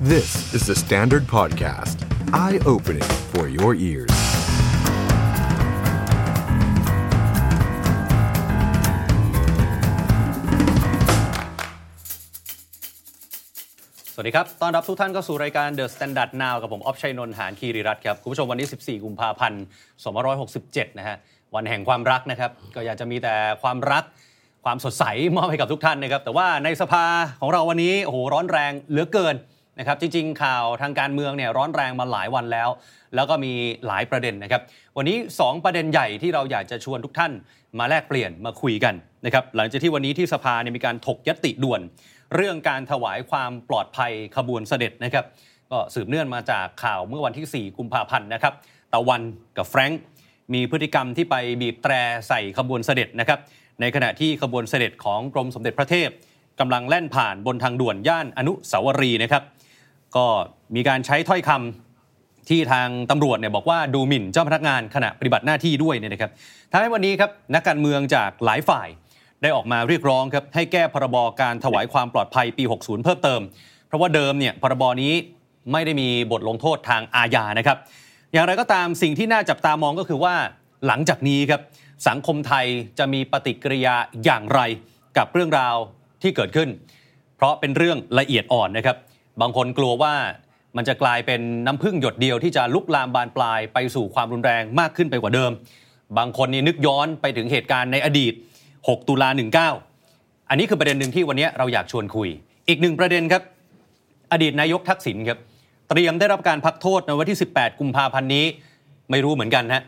This is the Standard Podcast. Eye opening for your ears. สวัสดีครับ ต้อนรับทุกท่านเข้าสู่รายการ The Standard Now กับผม ออฟชัยนนท์ หานคีริรัตน์ครับ คุณผู้ชมวันนี้ 14 กุมภาพันธ์ 2567 นะฮะ วันแห่งความรักนะครับ ก็อยากจะมีแต่ความรัก ความสดใสมอบให้กับทุกท่านนะครับ แต่ว่าในสภาของเราวันนี้ โอ้โห ร้อนแรงเหลือเกินนะครับ จริง ๆ ข่าวทางการเมืองเนี่ยร้อนแรงมาหลายวันแล้ว แล้วก็มีหลายประเด็นนะครับ วันนี้ 2 ประเด็นใหญ่ที่เราอยากจะชวนทุกท่านมาแลกเปลี่ยนมาคุยกันนะครับ หลังจากที่วันนี้ที่สภาเนี่ยมีการถกยติด่วน เรื่องการถวายความปลอดภัยขบวนเสด็จนะครับ ก็สืบเนื่องมาจากข่าวเมื่อวันที่ 4 กุมภาพันธ์นะครับตะวันกับแฟรงค์มีพฤติกรรมที่ไปบีบแตรใส่ขบวนเสด็จนะครับ ในขณะที่ขบวนเสด็จของกรมสมเด็จพระเทพกำลังแล่นผ่านบนทางด่วนย่านอนุสาวรีย์นะครับ ก็มีการใช้ถ้อยคำ ที่ทางตำรวจเนี่ยบอกว่าดูหมิ่นเจ้าพนักงานขณะปฏิบัติหน้าที่ด้วยเนี่ยนะครับทำให้วันนี้ครับนักการเมืองจากหลายฝ่ายได้ออกมาเรียกร้องครับให้แก้พรบการถวายความปลอดภัยปี 60 เพิ่มเติม เพราะว่าเดิมเนี่ยพรบนี้ไม่ได้มีบทลงโทษทางอาญานะครับ อย่างไรก็ตามสิ่งที่น่าจับตามองก็คือว่าหลังจากนี้ครับสังคมไทยจะมีปฏิกิริยาอย่างไรกับเรื่องราวที่เกิดขึ้น เพราะเป็นเรื่องละเอียดอ่อนนะครับ บางคนกลัวว่ามันจะกลายเป็นน้ำพึ่งหยดเดียวที่จะลุกลามบานปลายไปสู่ความรุนแรงมากขึ้นไปกว่าเดิม บางคนนี่นึกย้อนไปถึงเหตุการณ์ในอดีต 6 ตุลา 19 อันนี้คือประเด็นหนึ่งที่วันนี้เราอยากชวนคุย อีกหนึ่งประเด็นครับ อดีตนายกทักษิณครับ เตรียมได้รับการพักโทษในวันที่ 18 กุมภาพันธ์นี้ ไม่รู้เหมือนกันฮะ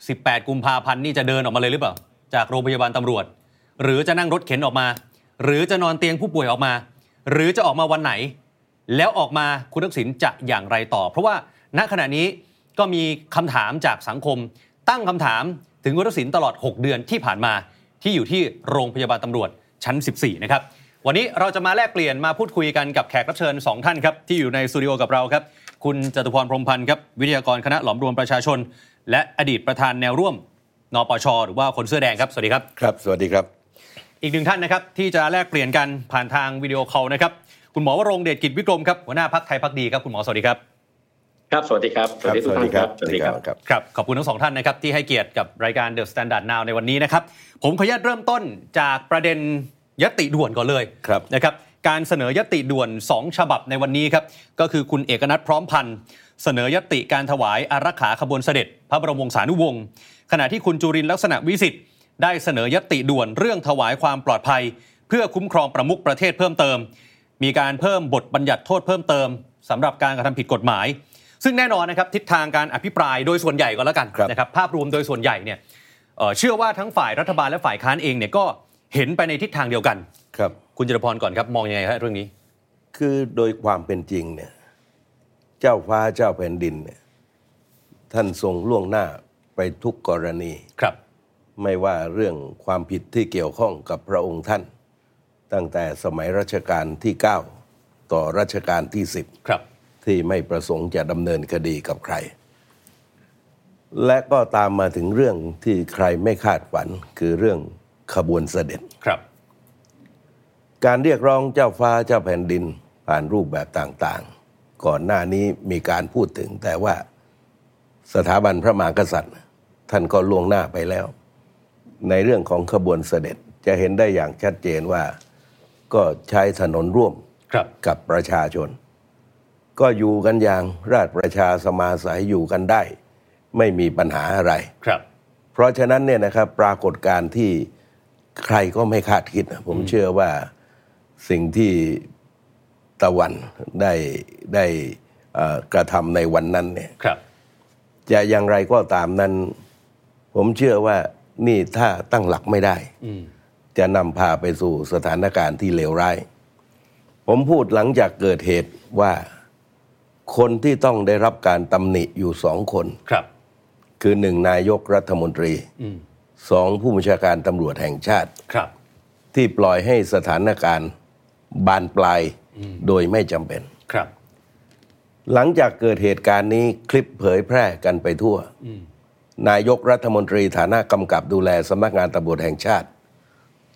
18 กุมภาพันธ์นี่จะเดินออกมาเลยหรือเปล่า จากโรงพยาบาลตำรวจ หรือจะนั่งรถเข็นออกมา หรือจะนอนเตียงผู้ป่วยออกมา หรือจะออกมาวันไหน แล้วออกมาคุณทักษิณจะอย่างไรต่อ เพราะว่าณขณะนี้ก็มีคำถามจากสังคม ตั้งคำถามถึงคุณทักษิณตลอด 6 เดือนที่ผ่านมาที่อยู่ที่โรงพยาบาลตำรวจชั้น 14 นะครับ วันนี้เราจะมาแลกเปลี่ยนมาพูดคุยกันกับแขกรับเชิญ 2 ท่านครับ ที่อยู่ในสตูดิโอกับเราครับ คุณจตุพรพรหมพันธ์ครับ วิทยากรคณะหลอมรวมประชาชน และอดีตประธานแนวร่วมนปชหรือว่าคนเสื้อแดงครับสวัสดีครับ ครับ สวัสดีครับ อีกหนึ่งท่านนะครับ ที่จะแลกเปลี่ยนกันผ่านทางวิดีโอคอลนะครับ คุณหมอวรงค์เดชกิจวิกรมครับหัวหน้าพักไทยพักดีครับคุณหมอสวัสดีครับ ครับ สวัสดีครับ สวัสดีครับ ครับ ครับขอบคุณทั้งสองท่านนะครับ ที่ให้เกียรติกับรายการ The Standard Now ในวันนี้นะครับ ผมขออนุญาตเริ่มต้นจากประเด็นยติด่วนก่อนเลย ครับ นะครับการเสนอยติด่วน 2 ฉบับในวันนี้ครับก็คือคุณเอกนัทพร้อมพันธ์เสนอยติการถวายอารักขาขบวนเสด็จ พระบรมวงศานุวงศ์ขณะที่คุณจุรินทร์ลักษณะวิสิทธิ์ได้เสนอยติด่วนเรื่องถวายความปลอดภัย เพื่อคุ้มครองประมุขประเทศเพิ่มเติม มีการเพิ่มบทบัญญัติโทษเพิ่มเติมสำหรับการกระทำผิดกฎหมาย ซึ่งแน่นอนนะครับทิศทางการอภิปรายโดยส่วนใหญ่ก็แล้วกัน ครับ นะครับภาพรวมโดยส่วนใหญ่เนี่ยเอ่อเชื่อว่าทั้งฝ่ายรัฐบาลและฝ่ายค้านเองเนี่ยก็เห็นไปในทิศทางเดียวกัน ครับ คุณจรพรก่อนครับ มองยังไงครับเรื่องนี้ คือโดยความเป็นจริงเนี่ย เจ้าฟ้าเจ้าแผ่นดินเนี่ย ท่านทรงล่วงหน้าไปทุกกรณี ครับ ไม่ว่าเรื่องความผิดที่เกี่ยวข้องกับพระองค์ท่าน ตั้งแต่สมัยรัชกาลที่ 9 ต่อรัชกาลที่ 10 ครับ ที่ไม่ประสงค์จะดำเนินคดีกับใคร และก็ตามมาถึงเรื่องที่ใครไม่คาดฝัน คือเรื่องขบวนเสด็จ ครับ การเรียกร้องเจ้าฟ้าเจ้าแผ่นดินผ่านรูปแบบต่างๆ ก่อนหน้านี้มีการพูดถึง แต่ว่าสถาบันพระมหากษัตริย์ ท่านก็ล่วงหน้าไปแล้ว ในเรื่องของขบวนเสด็จจะเห็นได้อย่างชัดเจนว่าก็ใช้ถนนร่วม ครับ กับประชาชน ก็อยู่กันอย่างราชประชาสมาสายอยู่กันได้ ไม่มีปัญหาอะไร ครับ เพราะฉะนั้นเนี่ยนะครับปรากฏการณ์ที่ใครก็ไม่คาดคิดนะผมเชื่อว่าสิ่งที่ตะวันได้ได้เอ่อกระทำในวันนั้นเนี่ย ครับ จะอย่างไรก็ตามนั้น ผมเชื่อว่านี่ถ้าตั้งหลักไม่ได้ อืม จะนำพาไปสู่สถานการณ์ที่เลวร้าย ผมพูดหลังจากเกิดเหตุว่า คนที่ต้องได้รับการตำหนิอยู่สองคน ครับ คือหนึ่งนายกรัฐมนตรี อืม สองผู้บัญชาการตำรวจแห่งชาติ ครับ ที่ปล่อยให้สถานการณ์บานปลายโดยไม่จำเป็น ครับ หลังจากเกิดเหตุการณ์นี้คลิปเผยแพร่กันไปทั่ว นายกรัฐมนตรีฐานะกำกับดูแลสำนักงานตำรวจแห่งชาติ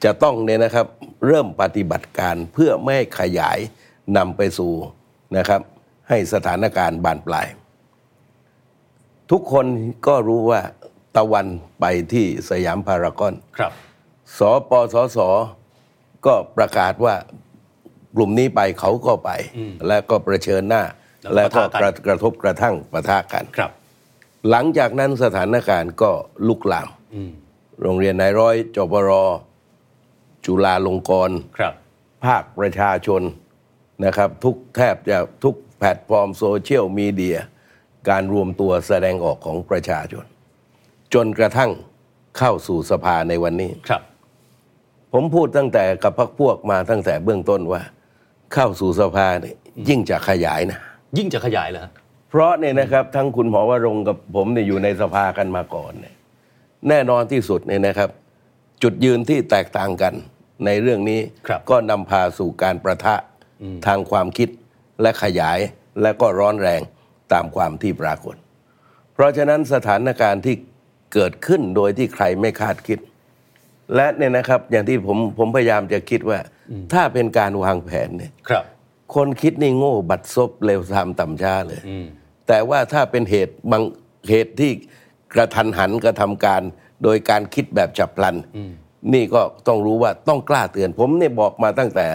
จะต้องเนี่ยนะครับ เริ่มปฏิบัติการเพื่อไม่ให้ขยายนำไปสู่นะครับ ให้สถานการณ์บานปลาย ทุกคนก็รู้ว่าตะวันไปที่สยามพารากอน ครับ สปสส ก็ประกาศว่ากลุ่มนี้ไปเขาก็ไป และก็ประเชิญหน้า แล้ และ วก็ ก็ ปะทะ ก กัน ระกระทบกระทั่งประทะกัน ครับ หลังจากนั้นสถานการณ์ก็ลุกลาม อืม โรงเรียนนายร้อยจบรอ จุฬาลงกรณ์ ครับ ภาคประชาชนนะครับ ทุกแทบจะทุกแพลตฟอร์มโซเชียลมีเดีย การรวมตัวแสดงออกของประชาชน จนกระทั่งเข้าสู่สภาในวันนี้ ครับ ผมพูดตั้งแต่กับพักพวกมาตั้งแต่เบื้องต้นว่า เข้าสู่สภาเนี่ยยิ่งจะขยายนะ ยิ่งจะขยายเลยฮะ เพราะเนี่ยนะครับทั้งคุณหมอวรงค์กับผมเนี่ยอยู่ในสภากันมาก่อนเนี่ยแน่นอนที่สุดเนี่ยนะครับ จุดยืนที่แตกต่างกันในเรื่องนี้ ครับ ก็นำพาสู่การประทะทางความคิดและขยายและก็ร้อนแรงตามความที่ปรากฏ เพราะฉะนั้นสถานการณ์ที่เกิดขึ้นโดยที่ใครไม่คาดคิด และเนี่ยนะครับอย่างที่ผมผมพยายามจะคิดว่า ถ้าเป็นการวางแผนเนี่ย ครับ คนคิดนี่โง่บัดซบเร็วทามต่ำช้าเลย อืม แต่ว่าถ้าเป็นเหตุบางเหตุที่กระทันหันกระทำการ โดยการคิดแบบฉับพลัน นี่ก็ต้องรู้ว่าต้องกล้าเตือน ผมเนี่ยบอกมาตั้งแต่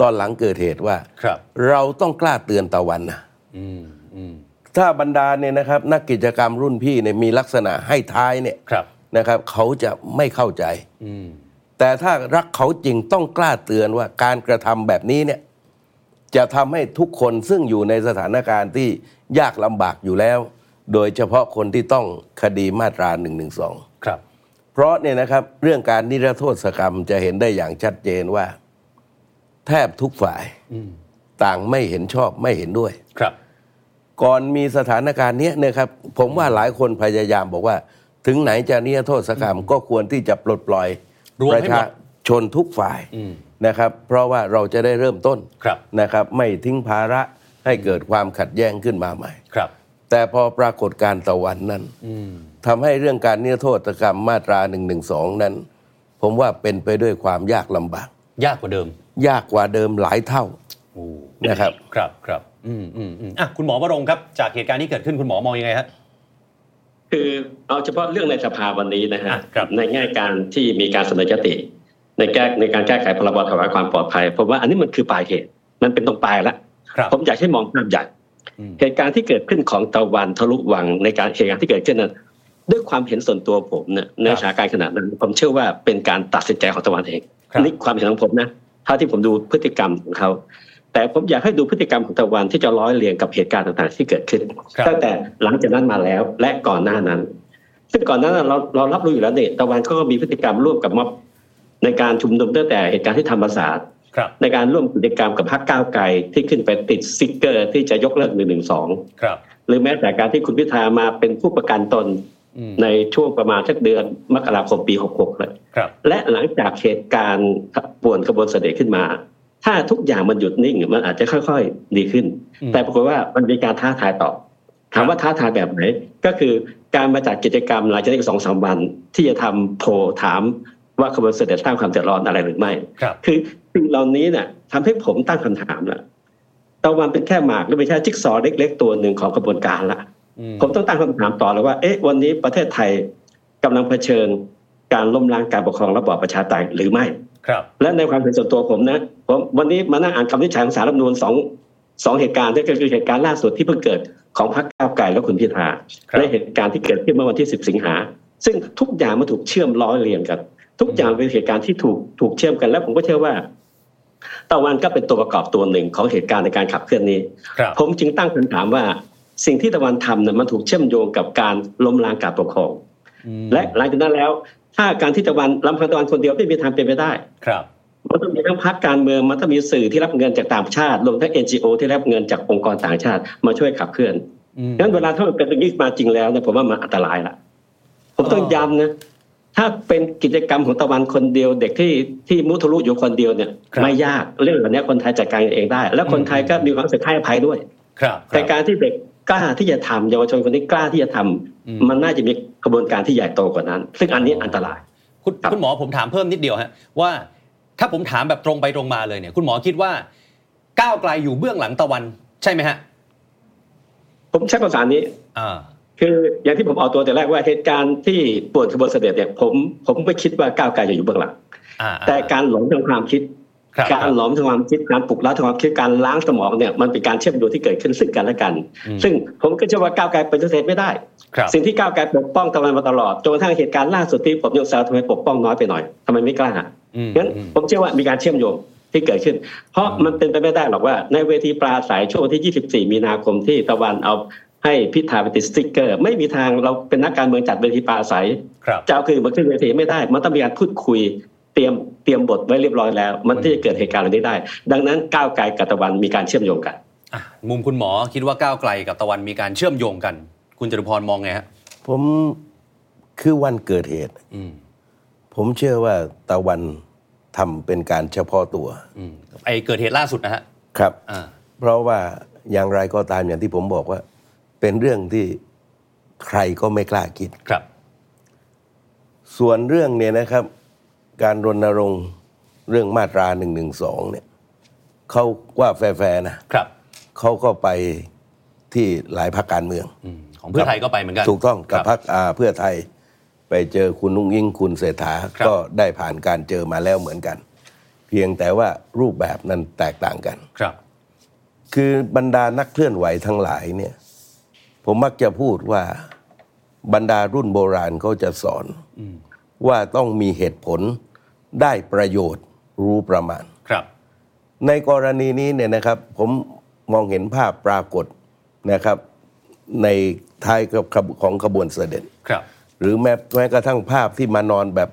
ตอนหลังเกิดเหตุว่า ครับ เราต้องกล้าเตือนตะวันนะ อืมอืม ถ้าบรรดาเนี่ยนะครับ นักกิจกรรมรุ่นพี่เนี่ยมีลักษณะให้ท้ายเนี่ย ครับ นะครับ เขาจะไม่เข้าใจ อืม แต่ถ้ารักเขาจริงต้องกล้าเตือนว่าการกระทำแบบนี้เนี่ยจะทำให้ทุกคนซึ่งอยู่ในสถานการณ์ที่ยากลำบากอยู่แล้ว โดยเฉพาะคนที่ต้องคดีมาตรา1นึ ครับ เพราะเนี่ยนะครับเรื่องการนิรโทษกรรมจะเห็นได้อย่างชัดเจนว่า แทบทุกฝ่าย อืม ต่างไม่เห็นชอบไม่เห็นด้วย ครับ ก่อนมีสถานการณ์เนี้ยนะครับ ผมว่าหลายคนพยายามบอกว่า ถึงไหนจะนิรโทษกรรมก็ควรที่จะปลดปล่อยประชาชนทุกฝ่าย อืม นะครับเพราะว่าเราจะได้เริ่มต้น ครับ นะครับไม่ทิ้งภาระให้เกิดความขัดแย้งขึ้นมาใหม่ ครับ แต่พอปรากฏการณ์ตะวันนั้น อืม ทำให้เรื่องการนิรโทษกรรมมาตรา1นึนั้น ผมว่าเป็นไปด้วยความยากลำบาก ยากกว่าเดิม ยากกว่าเดิมหลายเท่า โอ้ นะครับ ครับครับอืมอืมอืมอ่ะคุณหมอวรงค์ครับจากเหตุการณ์ที่เกิดขึ้นคุณหมอมองยังไงฮะ คือเอาเฉพาะเรื่องในสภาวันนี้นะฮะ อ่ะครับ ในแง่การที่มีการเสนอยติ ในแก้ในการแก้ไขพรบถวายความปลอดภัยผมว่าอันนี้มันคือปลายเหตุ มันเป็นตรงปลายละ ครับ ผมอยากให้มองภาพใหญ่ อืม เหตุการณ์ที่เกิดขึ้นของตะวันทะลุวังในการเหตุการณ์ที่เกิดขึ้นนั้นด้วยความเห็นส่วนตัวผมเนี่ยในสถานการณ์ขนาดนั้น ผมเชื่อว่าเป็นการตัดสินใจของตะวันเอง ครับ นี่ความเห็นของผมนะเท่าที่ผมดูพฤติกรรมของเขา แต่ผมอยากให้ดูพฤติกรรมของตะวันที่จะร้อยเรียงกับเหตุการณ์ต่างๆ ที่เกิดขึ้น ครับ ตั้งแต่หลังจากนั้นมาแล้วและก่อนหน้านั้น ซึ่งก่อนหน้านั้นเราเรารับรู้อยู่แล้วเนี่ยตะวันก็มีพฤติกรรมร่วมกับม็อบในการชุมนุมตั้งแต่เหตุการณ์ที่ธรรมศาสตร์ ครับ ในการร่วมกิจกรรมกับพรรคก้าวไกลที่ขึ้นไปติดสติกเกอร์ที่จะยกเลิกหนึ่งหนึ่งสอง ครับ หรือแม้แต่การที่คุณพิธามาเป็นผู้ประกันตน อืม ในช่วงประมาณสักเดือนมกราคมปีหกหกเลย ครับ และหลังจากเหตุการณ์ป่วนขบวนเสด็จขึ้นมา ถ้าทุกอย่างมันหยุดนิ่งมันอาจจะค่อยๆ ดีขึ้น อืม แต่ปรากฏว่ามันมีการท้าทายต่อ ถามว่าท้าทายแบบไหน ก็คือการมาจากกิจกรรมหลังจากนี้อีกสองสามวัน ที่จะทำโพลถามว่าขบวนเสด็จสร้างความเดือดร้อนอะไรหรือไม่ ครับ คือสิ่งเหล่านี้เนี่ยทำให้ผมตั้งคำถามละตะวันเป็นแค่หมากหรือเป็นแค่จิ๊กซอว์เล็ก ๆ ตัวหนึ่งของกระบวนการละ อืม ผมต้องตั้งคำถามต่อเลยว่า เอ๊ะ วันนี้ประเทศไทยกำลังเผชิญการล้มล้างการปกครองระบอบประชาธิปไตยหรือไม่ ครับ และในความเห็นส่วนตัวผมนะ ผมวันนี้มานั่งอ่านคำวินิจฉัยของสารรัฐธรรมนูญสองสองเหตุการณ์นั่นก็คือเหตุการณ์ล่าสุดที่เพิ่งเกิดของพรรคก้าวไกลและคุณพิธา ครับ และเหตุการณ์ที่เกิดขึ้นเมื่อวันที่ 10 สิงหา ซึ่งทุกอย่างมันถูกเชื่อมร้อยเรียงกัน ทุกอย่างเป็นเหตุการณ์ที่ถูกถูกเชื่อมกัน และผมก็เชื่อว่าตะวันก็เป็นตัวประกอบตัวหนึ่งของเหตุการณ์ในการขับเคลื่อนนี้ ครับ ผมจึงตั้งคำถามว่าสิ่งที่ตะวันทำเนี่ยมันถูกเชื่อมโยงกับการล้มล้างการปกครอง อืม และหลังจากนั้นแล้ว ถ้าการที่ตะวันลำพังตะวันคนเดียวไม่มีทางเป็นไปได้ ครับ มันต้องมีทั้งพรรคการเมืองมันต้องมีสื่อที่รับเงินจากต่างชาติรวมทั้ง NGO ที่รับเงินจากองค์กรต่างชาติมาช่วยขับเคลื่อน อืม งั้นเวลาถ้ามันเป็นอย่างนี้มาจริงแล้วเนี่ยผมว่ามันอันตรายละผมต้อง อ๋อ ย้ำนะถ้าเป็นกิจกรรมของตะวันคนเดียว เด็กที่ที่มุทะลุอยู่คนเดียวเนี่ยไม่ยากเรื่องแบบนี้คนไทยจัดการเองได้ และคนไทยก็มีความรู้สึกให้อภัยด้วย ครับค แต่ รับ การที่เด็กกล้าที่จะทำเยาวชนคนนี้กล้าที่จะทำ อืม มันน่าจะมีกระบวนการที่ใหญ่โตกว่านั้น ซึ่งอันนี้อันตราย คุณ ครับ คุณหมอผมถามเพิ่มนิดเดียวฮะว่า ถ้าผมถามแบบตรงไปตรงมาเลยเนี่ย คุณหมอคิดว่า ก้าวไกลอยู่เบื้องหลังตะวัน ใช่ไหมฮะ ผมใช้ภาษานี้ อ่า คืออย่างที่ผมเอาตัวแต่แรกว่าเหตุการณ์ที่ปวดขบวนเสด็จเนี่ยผมผมไม่คิดว่าก้าวไกลจะอยู่เบื้องหลัง อ่าอ่ แต่การหลอมทางความคิด ครับ การหลอมทางความคิดการปลุกเร้าทางความคิดการล้างสมองเนี่ยมันเป็นการเชื่อมโยงที่เกิดขึ้นซึ่งกันและกัน อืม ซึ่งผมก็เชื่อว่าก้าวไกลปฏิเสธไม่ได้ ครับ สิ่งที่ก้าวไกลปกป้องทำมาตลอดจนกระทั่งเหตุการณ์ล่าสุดที่ผมยังแซวทำไมปกป้องน้อยไปหน่อยทำไมไม่กล้า อืม งั้น อืม ผมเชื่อว่ามีการเชื่อมโยงที่เกิดขึ้น เพราะ อืม มันเป็นไปไม่ได้หรอกว่า ในเวทีปราศัยช่วงวันที่ 24 มีนาคมที่ตะวันเอาให้พิธาไปติดสติ๊กเกอร์ ไม่มีทางเราเป็นนักการเมืองจัดเวทีปราศัย ครับ จะเอาคืนมาขึ้นเวทีไม่ได้ มันต้องมีการพูดคุยเตรียมเตรียมบทไว้เรียบร้อยแล้ว มันที่จะเกิดเหตุการณ์เหล่านี้ได้ ดังนั้นก้าวไกลกับตะวันมีการเชื่อมโยงกัน อ่ะมุมคุณหมอคิดว่าก้าวไกลกับตะวันมีการเชื่อมโยงกัน คุณจตุพรมองไงฮะ ผมคือวันเกิดเหตุ อืม ผมเชื่อว่าตะวันทำเป็นการเฉพาะตัว อืมไอเกิดเหตุล่าสุดนะฮะ ครับ อ่า เพราะว่าอย่างไรก็ตามอย่างที่ผมบอกว่า เป็นเรื่องที่ใครก็ไม่กล้าคิด ครับ ส่วนเรื่องเนี่ยนะครับ การรณรงค์เรื่องมาตรา1นึเนี่ยเขาว่าแฟร์ๆนะครับเขาก็ไปที่หลายพรรคการเมือง อืมของเพื่อไทยก็ไปเหมือนกัน ถูกต้องกับ ค พร รั รคอ่าเพื่อไทยไปเจอคุณนุ้งยิ่งคุณเศรษฐาก็ได้ผ่านการเจอมาแล้วเหมือนกัน เพียงแต่ว่ารูปแบบนั้นแตกต่างกัน ครับ คือบรรดานักเคลื่อนไหวทั้งหลายเนี่ย ผมมักจะพูดว่าบรรดารุ่นโบราณเขาจะสอน อืม ว่าต้องมีเหตุผลได้ประโยชน์รู้ประมาณ ครับ ในกรณีนี้เนี่ยนะครับ ผมมองเห็นภาพปรากฏนะครับ ในท้ายของขบวนเสด็จ ครับ หรือแม้แม้กระทั่งภาพที่มานอนแบบ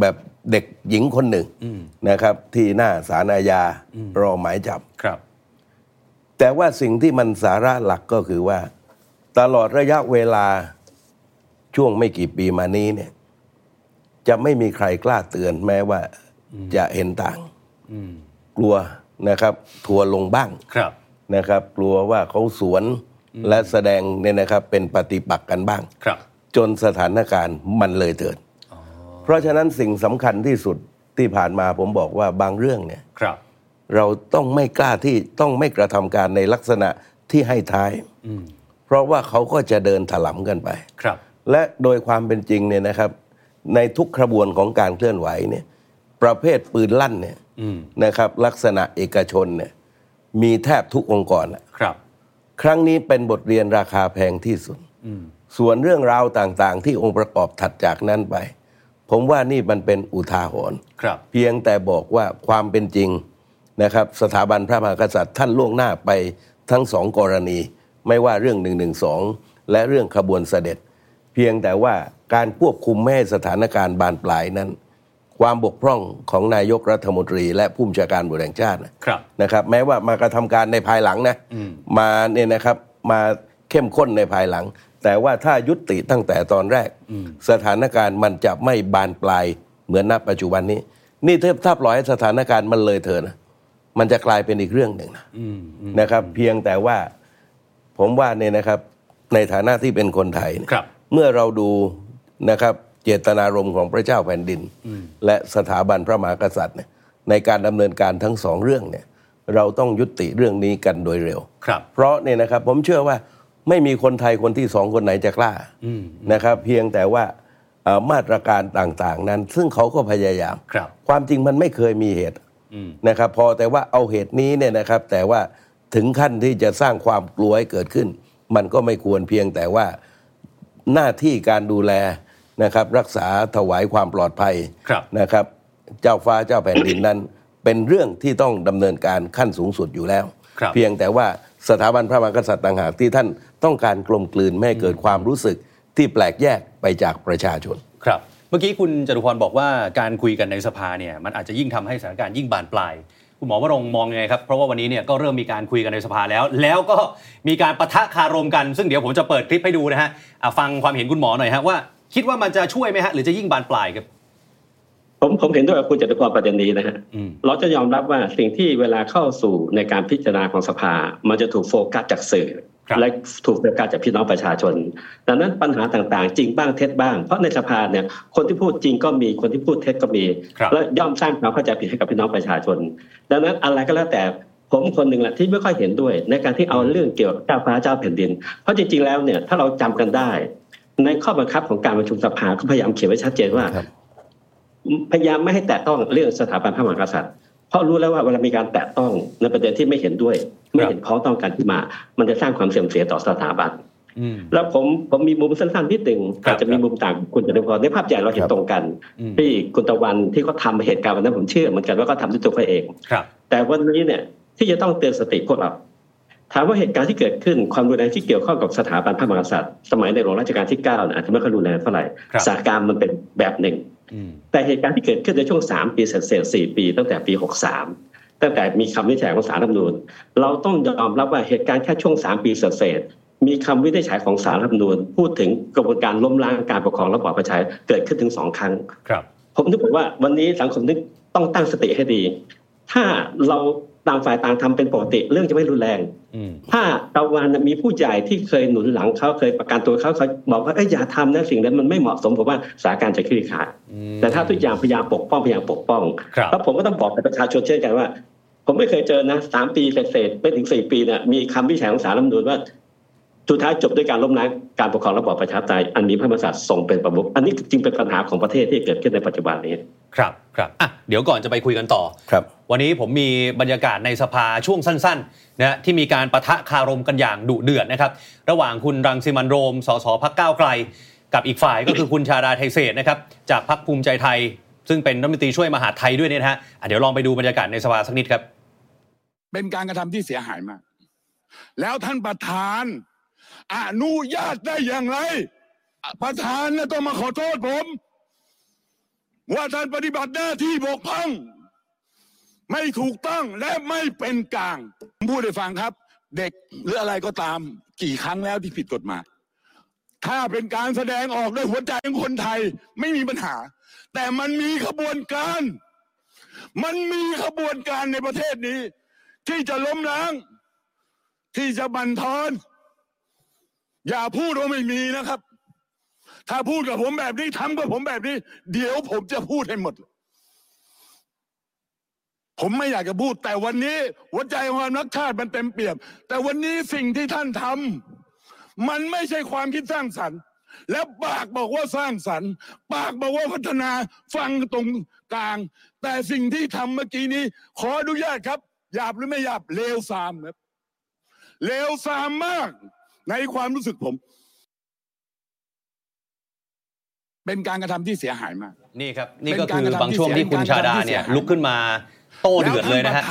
แบบเด็กหญิงคนหนึ่ง อืม นะครับ ที่หน้าศาลอาญา รอหมายจับ ครับ แต่ว่าสิ่งที่มันสาระหลักก็คือว่า ตลอดระยะเวลาช่วงไม่กี่ปีมานี้เนี่ย จะไม่มีใครกล้าเตือนแม้ว่าจะเห็นต่าง อืม กลัวนะครับ ทัวร์ลงบ้าง ครับ นะครับ กลัวว่าเขาสวนและแสดงเนี่ยนะครับ เป็นปฏิปักษ์กันบ้าง ครับ จนสถานการณ์มันเลยเถิด อ๋อ เพราะฉะนั้นสิ่งสำคัญที่สุดที่ผ่านมาผมบอกว่าบางเรื่องเนี่ย ครับ เราต้องไม่กล้าที่ต้องไม่กระทำการในลักษณะที่ให้ท้าย อืม เพราะว่าเขาก็จะเดินถลำกันไป ครับ และโดยความเป็นจริงเนี่ยนะครับ ในทุกขบวนของการเคลื่อนไหวเนี่ยประเภทปืนลั่นเนี่ย อืม นะครับ ลักษณะเอกชนเนี่ยมีแทบทุกองค์กรอะ ครับ ครั้งนี้เป็นบทเรียนราคาแพงที่สุด อืม ส่วนเรื่องราวต่างๆ ที่องค์ประกอบถัดจากนั้นไป ผมว่านี่มันเป็นอุทาหรณ์ ครับ เพียงแต่บอกว่าความเป็นจริงนะครับ สถาบันพระมหากษัตริย์ท่านล่วงหน้าไปทั้งสองกรณี ไม่ว่าเรื่อง1นึและเรื่องขบวนเสด็จ เพียงแต่ว่าการควบคุมไม่ให้สถานการณ์บานปลายนั้น ความบกพร่องของนายกรัฐมนตรี และผู้บัญชาการบุรแห่งชาตินะครับ นะครับ แม้ว่ามากระทำการในภายหลังนะ อืม มาเนี่ยนะครับมาเข้มข้นในภายหลัง แต่ว่าถ้ายุติตั้งแต่ตอนแรก สถานการณ์มันจะไม่บานปลายเหมือนณปัจจุบันนี้ นี่ถ้าถ้าปล่อยให้สถานการณ์มันเลยเถิดนะมันจะกลายเป็นอีกเรื่องหนึ่งนะ อืมอืม นะครับ เพียงแต่ว่าผมว่าเนี่ยนะครับ ในฐานะที่เป็นคนไทยเนี่ย ครับ เมื่อเราดูนะครับเจตนารมณ์ของพระเจ้าแผ่นดิน และสถาบันพระมหากษัตริย์เนี่ยในการดำเนินการทั้งสองเรื่องเนี่ยเราต้องยุติเรื่องนี้กันโดยเร็ว ครับ เพราะเนี่ยนะครับผมเชื่อว่าไม่มีคนไทยคนที่สองคนไหนจะกล้า อืม นะครับเพียงแต่ว่าเอ่อมาตรการต่างๆ นั้น ซึ่งเขาก็พยายาม ครับ ความจริงมันไม่เคยมีเหตุ อืม นะครับ พอแต่ว่าเอาเหตุนี้เนี่ยนะครับ แต่ว่าถึงขั้นที่จะสร้างความกลัวให้เกิดขึ้น มันก็ไม่ควรเพียงแต่ว่า หน้าที่การดูแลนะครับรักษาถวายความปลอดภัย ครับ นะครับ เจ้าฟ้าเจ้าแผ่นดินนั้น เป็นเรื่องที่ต้องดำเนินการขั้นสูงสุดอยู่แล้ว ครับ เพียงแต่ว่าสถาบันพระมหากษัตริย์ต่างหากที่ท่านต้องการกลมกลืนไม่ให้เกิดความรู้สึกที่แปลกแยกไปจากประชาชน ครับ เมื่อกี้คุณจตุพรบอกว่าการคุยกันในสภาเนี่ยมันอาจจะยิ่งทำให้สถานการณ์ยิ่งบานปลาย คุณหมอวรงค์มองยังไงครับ เพราะว่าวันนี้เนี่ยก็เริ่มมีการคุยกันในสภาแล้ว แล้วก็มีการปะทะคารมกัน ซึ่งเดี๋ยวผมจะเปิดคลิปให้ดูนะฮะอ่ะฟังความเห็นคุณหมอหน่อยฮะว่า คิดว่ามันจะช่วยไหมฮะหรือจะยิ่งบานปลายครับ ผมผมเห็นด้วยกับคุณจตุพรประเด็นนี้นะฮะ อืม เราจะยอมรับว่าสิ่งที่เวลาเข้าสู่ในการพิจารณาของสภา มันจะถูกโฟกัสจากสื่อ ครับ และถูกโฟกัสจากพี่น้องประชาชน ดังนั้นปัญหาต่างๆ จริงบ้างเท็จบ้าง เพราะในสภาเนี่ยคนที่พูดจริงก็มีคนที่พูดเท็จก็มี ครับ และย่อมสร้างความเข้าใจผิดให้กับพี่น้องประชาชน ดังนั้นอะไรก็แล้วแต่ผ ผมคนหนึ่งแหละที่ไม่ค่อยเห็นด้วย ในการที่เอาเรื่องเกี่ยวกับเจ้าฟ้าเจ้าแผ่นดิน เพราะจริงๆแล้วเนี่ยถ้าเราจำกันได้ ในข้อบังคับของการประชุมสภาก็พยายามเขียนไว้ชัดเจนว่า ครับ พยายามไม่ให้แตะต้องเรื่องสถาบันพระมหากษัตริย์ เพราะรู้แล้วว่าเวลามีการแตะต้องในประเด็นที่ไม่เห็นด้วย ไม่เห็นพ้องต้องกันขึ้นมา มันจะสร้างความเสื่อมเสียต่อสถาบัน อืม แล้วผมผมมีมุมสั้นๆนิดหนึ่ง ครับ อาจจะมีมุมต่างคุณจตุพรในภาพใหญ่เราเห็น ครับ ตรงกัน อืม ที่คุณตะวันที่เขาทำเหตุการณ์วันนั้นผมเชื่อเหมือนกันว่าเขาทำด้วยตัวเขาเอง ครับ แต่วันนี้เนี่ยที่จะต้องเตือนสติพวกเรา ถามว่าเหตุการณ์ที่เกิดขึ้นความรุนแรงที่เกี่ยวข้องกับสถาบันพระมหากษัตริย์ สมัยในหลวงรัชกาลที่9เนี่ยอาจจะไม่ค่อยรุนแรงเท่าไหร่ ครับ สถานการณ์มันเป็นแบบหนึ่ง อืม แต่เหตุการณ์ที่เกิดขึ้นในช่วง 3 ปีเศษๆ4ปี ตั้งแต่ปี 63 ตั้งแต่มีคำวินิจฉัยของศาลรัฐธรรมนูญเราต้องยอมรับว่าเหตุการณ์แค่ช่วง 3 ปีเศษๆมีคำวินิจฉัยของศาลรัฐธรรมนูญพูดถึงกระบวนการล้มล้างการปกครองระบอบประชาธิปไตยเกิดขึ้นถึง 2 ครั้ง ครับ ผมนึกว่าวันนี้สังคมนึกต้องตั้งสติให้ดี ถ้าเราต่างฝ่ายต่างทำเป็นปกติเรื่องจะไม่รุนแรง อืม ถ้าตะวันมีผู้ใหญ่ที่เคยหนุนหลังเขาเคยประกันตัวเขาเขาบอกว่าเอ้ยอย่าทำนะสิ่งนั้นมันไม่เหมาะสมผมว่าสถานการณ์จะคลี่คลาย อืม แต่ถ้าทุกอย่างพยายามปกป้องพยายามปกป้อง ครับ แล้วผมก็ต้องบอกกับประชาชนเช่นกันว่า ผมไม่เคยเจอนะสามปีเศษๆไม่ถึงสี่ปีเนี่ยมีคำวินิจฉัยของศาลรัฐธรรมนูญว่าสุดท้ายจบด้วยการล้มล้างการปกครองระบอบประชาธิปไตยอันมีพระมหากษัตริย์ทรงเป็นประมุขอันนี้จึงเป็นปัญหาของประเทศที่เกิดขึ้นในปัจจุบันนี้ ครับ ครับ อ่ะ เดี๋ยวก่อนจะไปคุยกันต่อ ครับ วันนี้ผมมีบรรยากาศในสภาช่วงสั้นๆนะฮะที่มีการประทะคารมกันอย่างดุเดือดนะครับ ระหว่างคุณรังสิมันต์โรม สสพักก้าวไกล กับอีกฝ่ายก็คือคุณชาดาไทเศษนะครับ จากพักภูมิใจไทย ซึ่งเป็นรัฐมนตรีช่วยมหาดไทยด้วยเนี่ยนะฮะอ่ะเดี๋ยวลองไปดูบรรยากาศในสภาสักนิดครับ เป็นการกระทำที่เสียหายมาก แล้วท่านประธาน อนุญาตได้อย่างไร ประธานนะต้องมาขอโทษผม ว่าท่านปฏิบัติหน้าที่บกพร่อง ไม่ถูกต้องและไม่เป็นกลางผมพูดให้ฟังครับ เด็กหรืออะไรก็ตามกี่ครั้งแล้วที่ผิดกฎหมาย ถ้าเป็นการแสดงออกด้วยหัวใจของคนไทยไม่มีปัญหา แต่มันมีขบวนการ มันมีขบวนการในประเทศนี้ ที่จะล้มล้าง ที่จะบั่นทอน อย่าพูดว่าไม่มีนะครับ ถ้าพูดกับผมแบบนี้ทำกับผมแบบนี้ เดี๋ยวผมจะพูดให้หมด ผมไม่อยากจะพูด แต่วันนี้ หัวใจของความรักชาติมันเต็มเปี่ยม แต่วันนี้สิ่งที่ท่านทำมันไม่ใช่ความคิดสร้างสรรค์ และปากบอกว่าสร้างสรรค์ ปากบอกว่าพัฒนาฟังตรงกลาง แต่สิ่งที่ทำเมื่อกี้นี้ ขออนุญาตครับหยาบหรือไม่หยาบเลวซามครับเลวซามมาก ในความรู้สึกผม เป็นการกระทำที่เสียหายมาก นี่ครับ นี่ก็คือบางช่วงที่คุณชาดาเนี่ยลุกขึ้นมาโต้เดือดเลยนะฮะ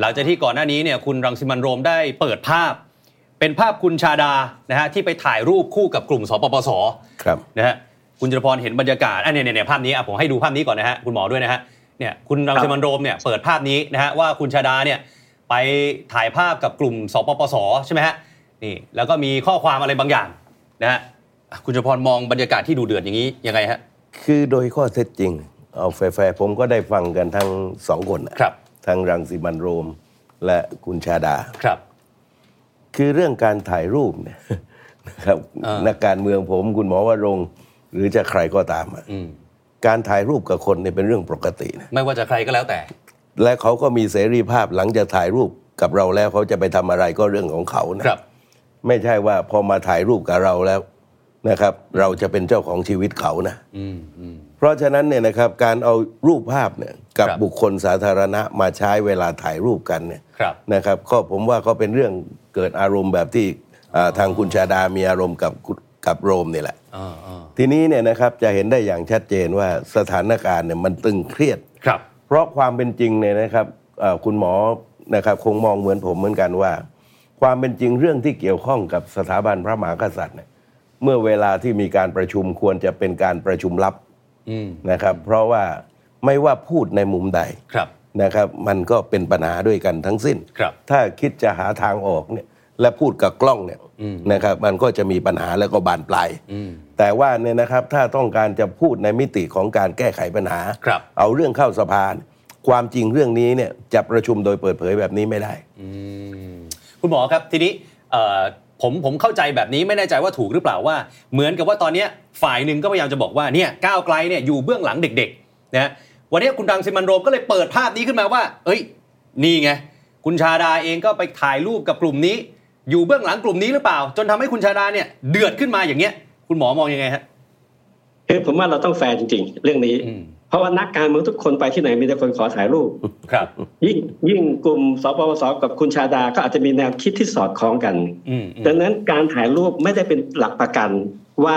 หลังจากที่ก่อนหน้านี้เนี่ยคุณรังสิมันต์โรมได้เปิดภาพ เป็นภาพคุณชาดานะฮะที่ไปถ่ายรูปคู่กับกลุ่มสปปส ครับ นะฮะคุณจรพรเห็นบรรยากาศอันนี้เนี่ยภาพนี้อ่ะผมให้ดูภาพนี้ก่อนนะฮะคุณหมอด้วยนะฮะเนี่ยคุณรังสิมันต์โรมเนี่ยเปิดภาพนี้นะฮะว่าคุณชาดาเนี่ยไปถ่ายภาพกับกลุ่มสปปสใช่ไหมฮะนี่แล้วก็มีข้อความอะไรบางอย่างนะฮะอ่ะคุณจรพรมองบรรยากาศที่ดูเดือดอย่างนี้ยังไงฮะ คือโดยข้อเท็จจริง เอาแฟร์ๆผมก็ได้ฟังกันทั้งสองคนน่ะ ครับ ทั้งรังสิมันต์โรมและคุณชาดา ครับ คือเรื่องการถ่ายรูปเนี่ย นะครับ เออ นักการเมืองผมคุณหมอวรงค์หรือจะใครก็ตามอะ อืม การถ่ายรูปกับคนเนี่ยเป็นเรื่องปกตินะ ไม่ว่าจะใครก็แล้วแต่ และเขาก็มีเสรีภาพหลังจากถ่ายรูปกับเราแล้วเขาจะไปทำอะไรก็เรื่องของเขานะครับ ไม่ใช่ว่าพอมาถ่ายรูปกับเราแล้วนะครับ เราจะเป็นเจ้าของชีวิตเขานะ อืมอืม เพราะฉะนั้นเนี่ยนะครับการเอารูปภาพเนี่ยกับ ครับ บุคคลสาธารณะมาใช้เวลาถ่ายรูปกันเนี่ย ครับ นะครับก็ผมว่าก็เป็นเรื่องเกิดอารมณ์แบบที่อ่าทางคุณชาดามีอารมณ์กับกุกับโรมเนี่ยแหละ อ่าอ่า ทีนี้เนี่ยนะครับจะเห็นได้อย่างชัดเจนว่าสถานการณ์เนี่ยมันตึงเครียด ครับ เพราะความเป็นจริงเนี่ยนะครับเอ่อคุณหมอนะครับคงมองเหมือนผมเหมือนกันว่า ความเป็นจริงเรื่องที่เกี่ยวข้องกับสถาบันพระมหากษัตริย์เนี่ยเมื่อเวลาที่มีการประชุมควรจะเป็นการประชุมลับ อืม นะครับเพราะว่าไม่ว่าพูดในมุมใด ครับ นะครับ มันก็เป็นปัญหาด้วยกันทั้งสิ้น ครับ ถ้าคิดจะหาทางออกเนี่ยและพูดกับกล้องเนี่ย อืม นะครับมันก็จะมีปัญหาแล้วก็บานปลาย อืม แต่ว่าเนี่ยนะครับถ้าต้องการจะพูดในมิติของการแก้ไขปัญหา ครับ เอาเรื่องเข้าสภาเนี่ยความจริงเรื่องนี้เนี่ยจะประชุมโดยเปิดเผยแบบนี้ไม่ได้ อืมคุณหมอครับทีนี้เอ่อผมผมเข้าใจแบบนี้ไม่แน่ใจว่าถูกหรือเปล่าว่า เหมือนกับว่าตอนเนี้ยฝ่ายหนึ่งก็พยายามจะบอกว่าเนี่ยก้าวไกลเนี่ยอยู่เบื้องหลังเด็กๆนะวันเนี้ยคุณดังสิมันต์โรมก็เลยเปิดภาพนี้ขึ้นมาว่า เอ้ย นี่ไง คุณ คุณชาดาเองก็ไปถ่ายรูปกับกลุ่มนี้ อยู่เบื้องหลังกลุ่มนี้หรือเปล่า จนทำให้คุณชาดาเนี่ยเดือดขึ้นมาอย่างเงี้ย คุณหมอมองยังไงฮะ คือผมว่าเราต้องแฟร์จริง ๆ เรื่องนี้ อืม เพราะว่านักการเมืองทุกคนไปที่ไหนมีแต่คนขอถ่ายรูป ครับ ยิ่งยิ่งกลุ่มสปวสกับคุณชาดาก็อาจจะมีแนวคิดที่สอดคล้องกัน อืมอืม ดังนั้นการถ่ายรูปไม่ได้เป็นหลักประกันว่า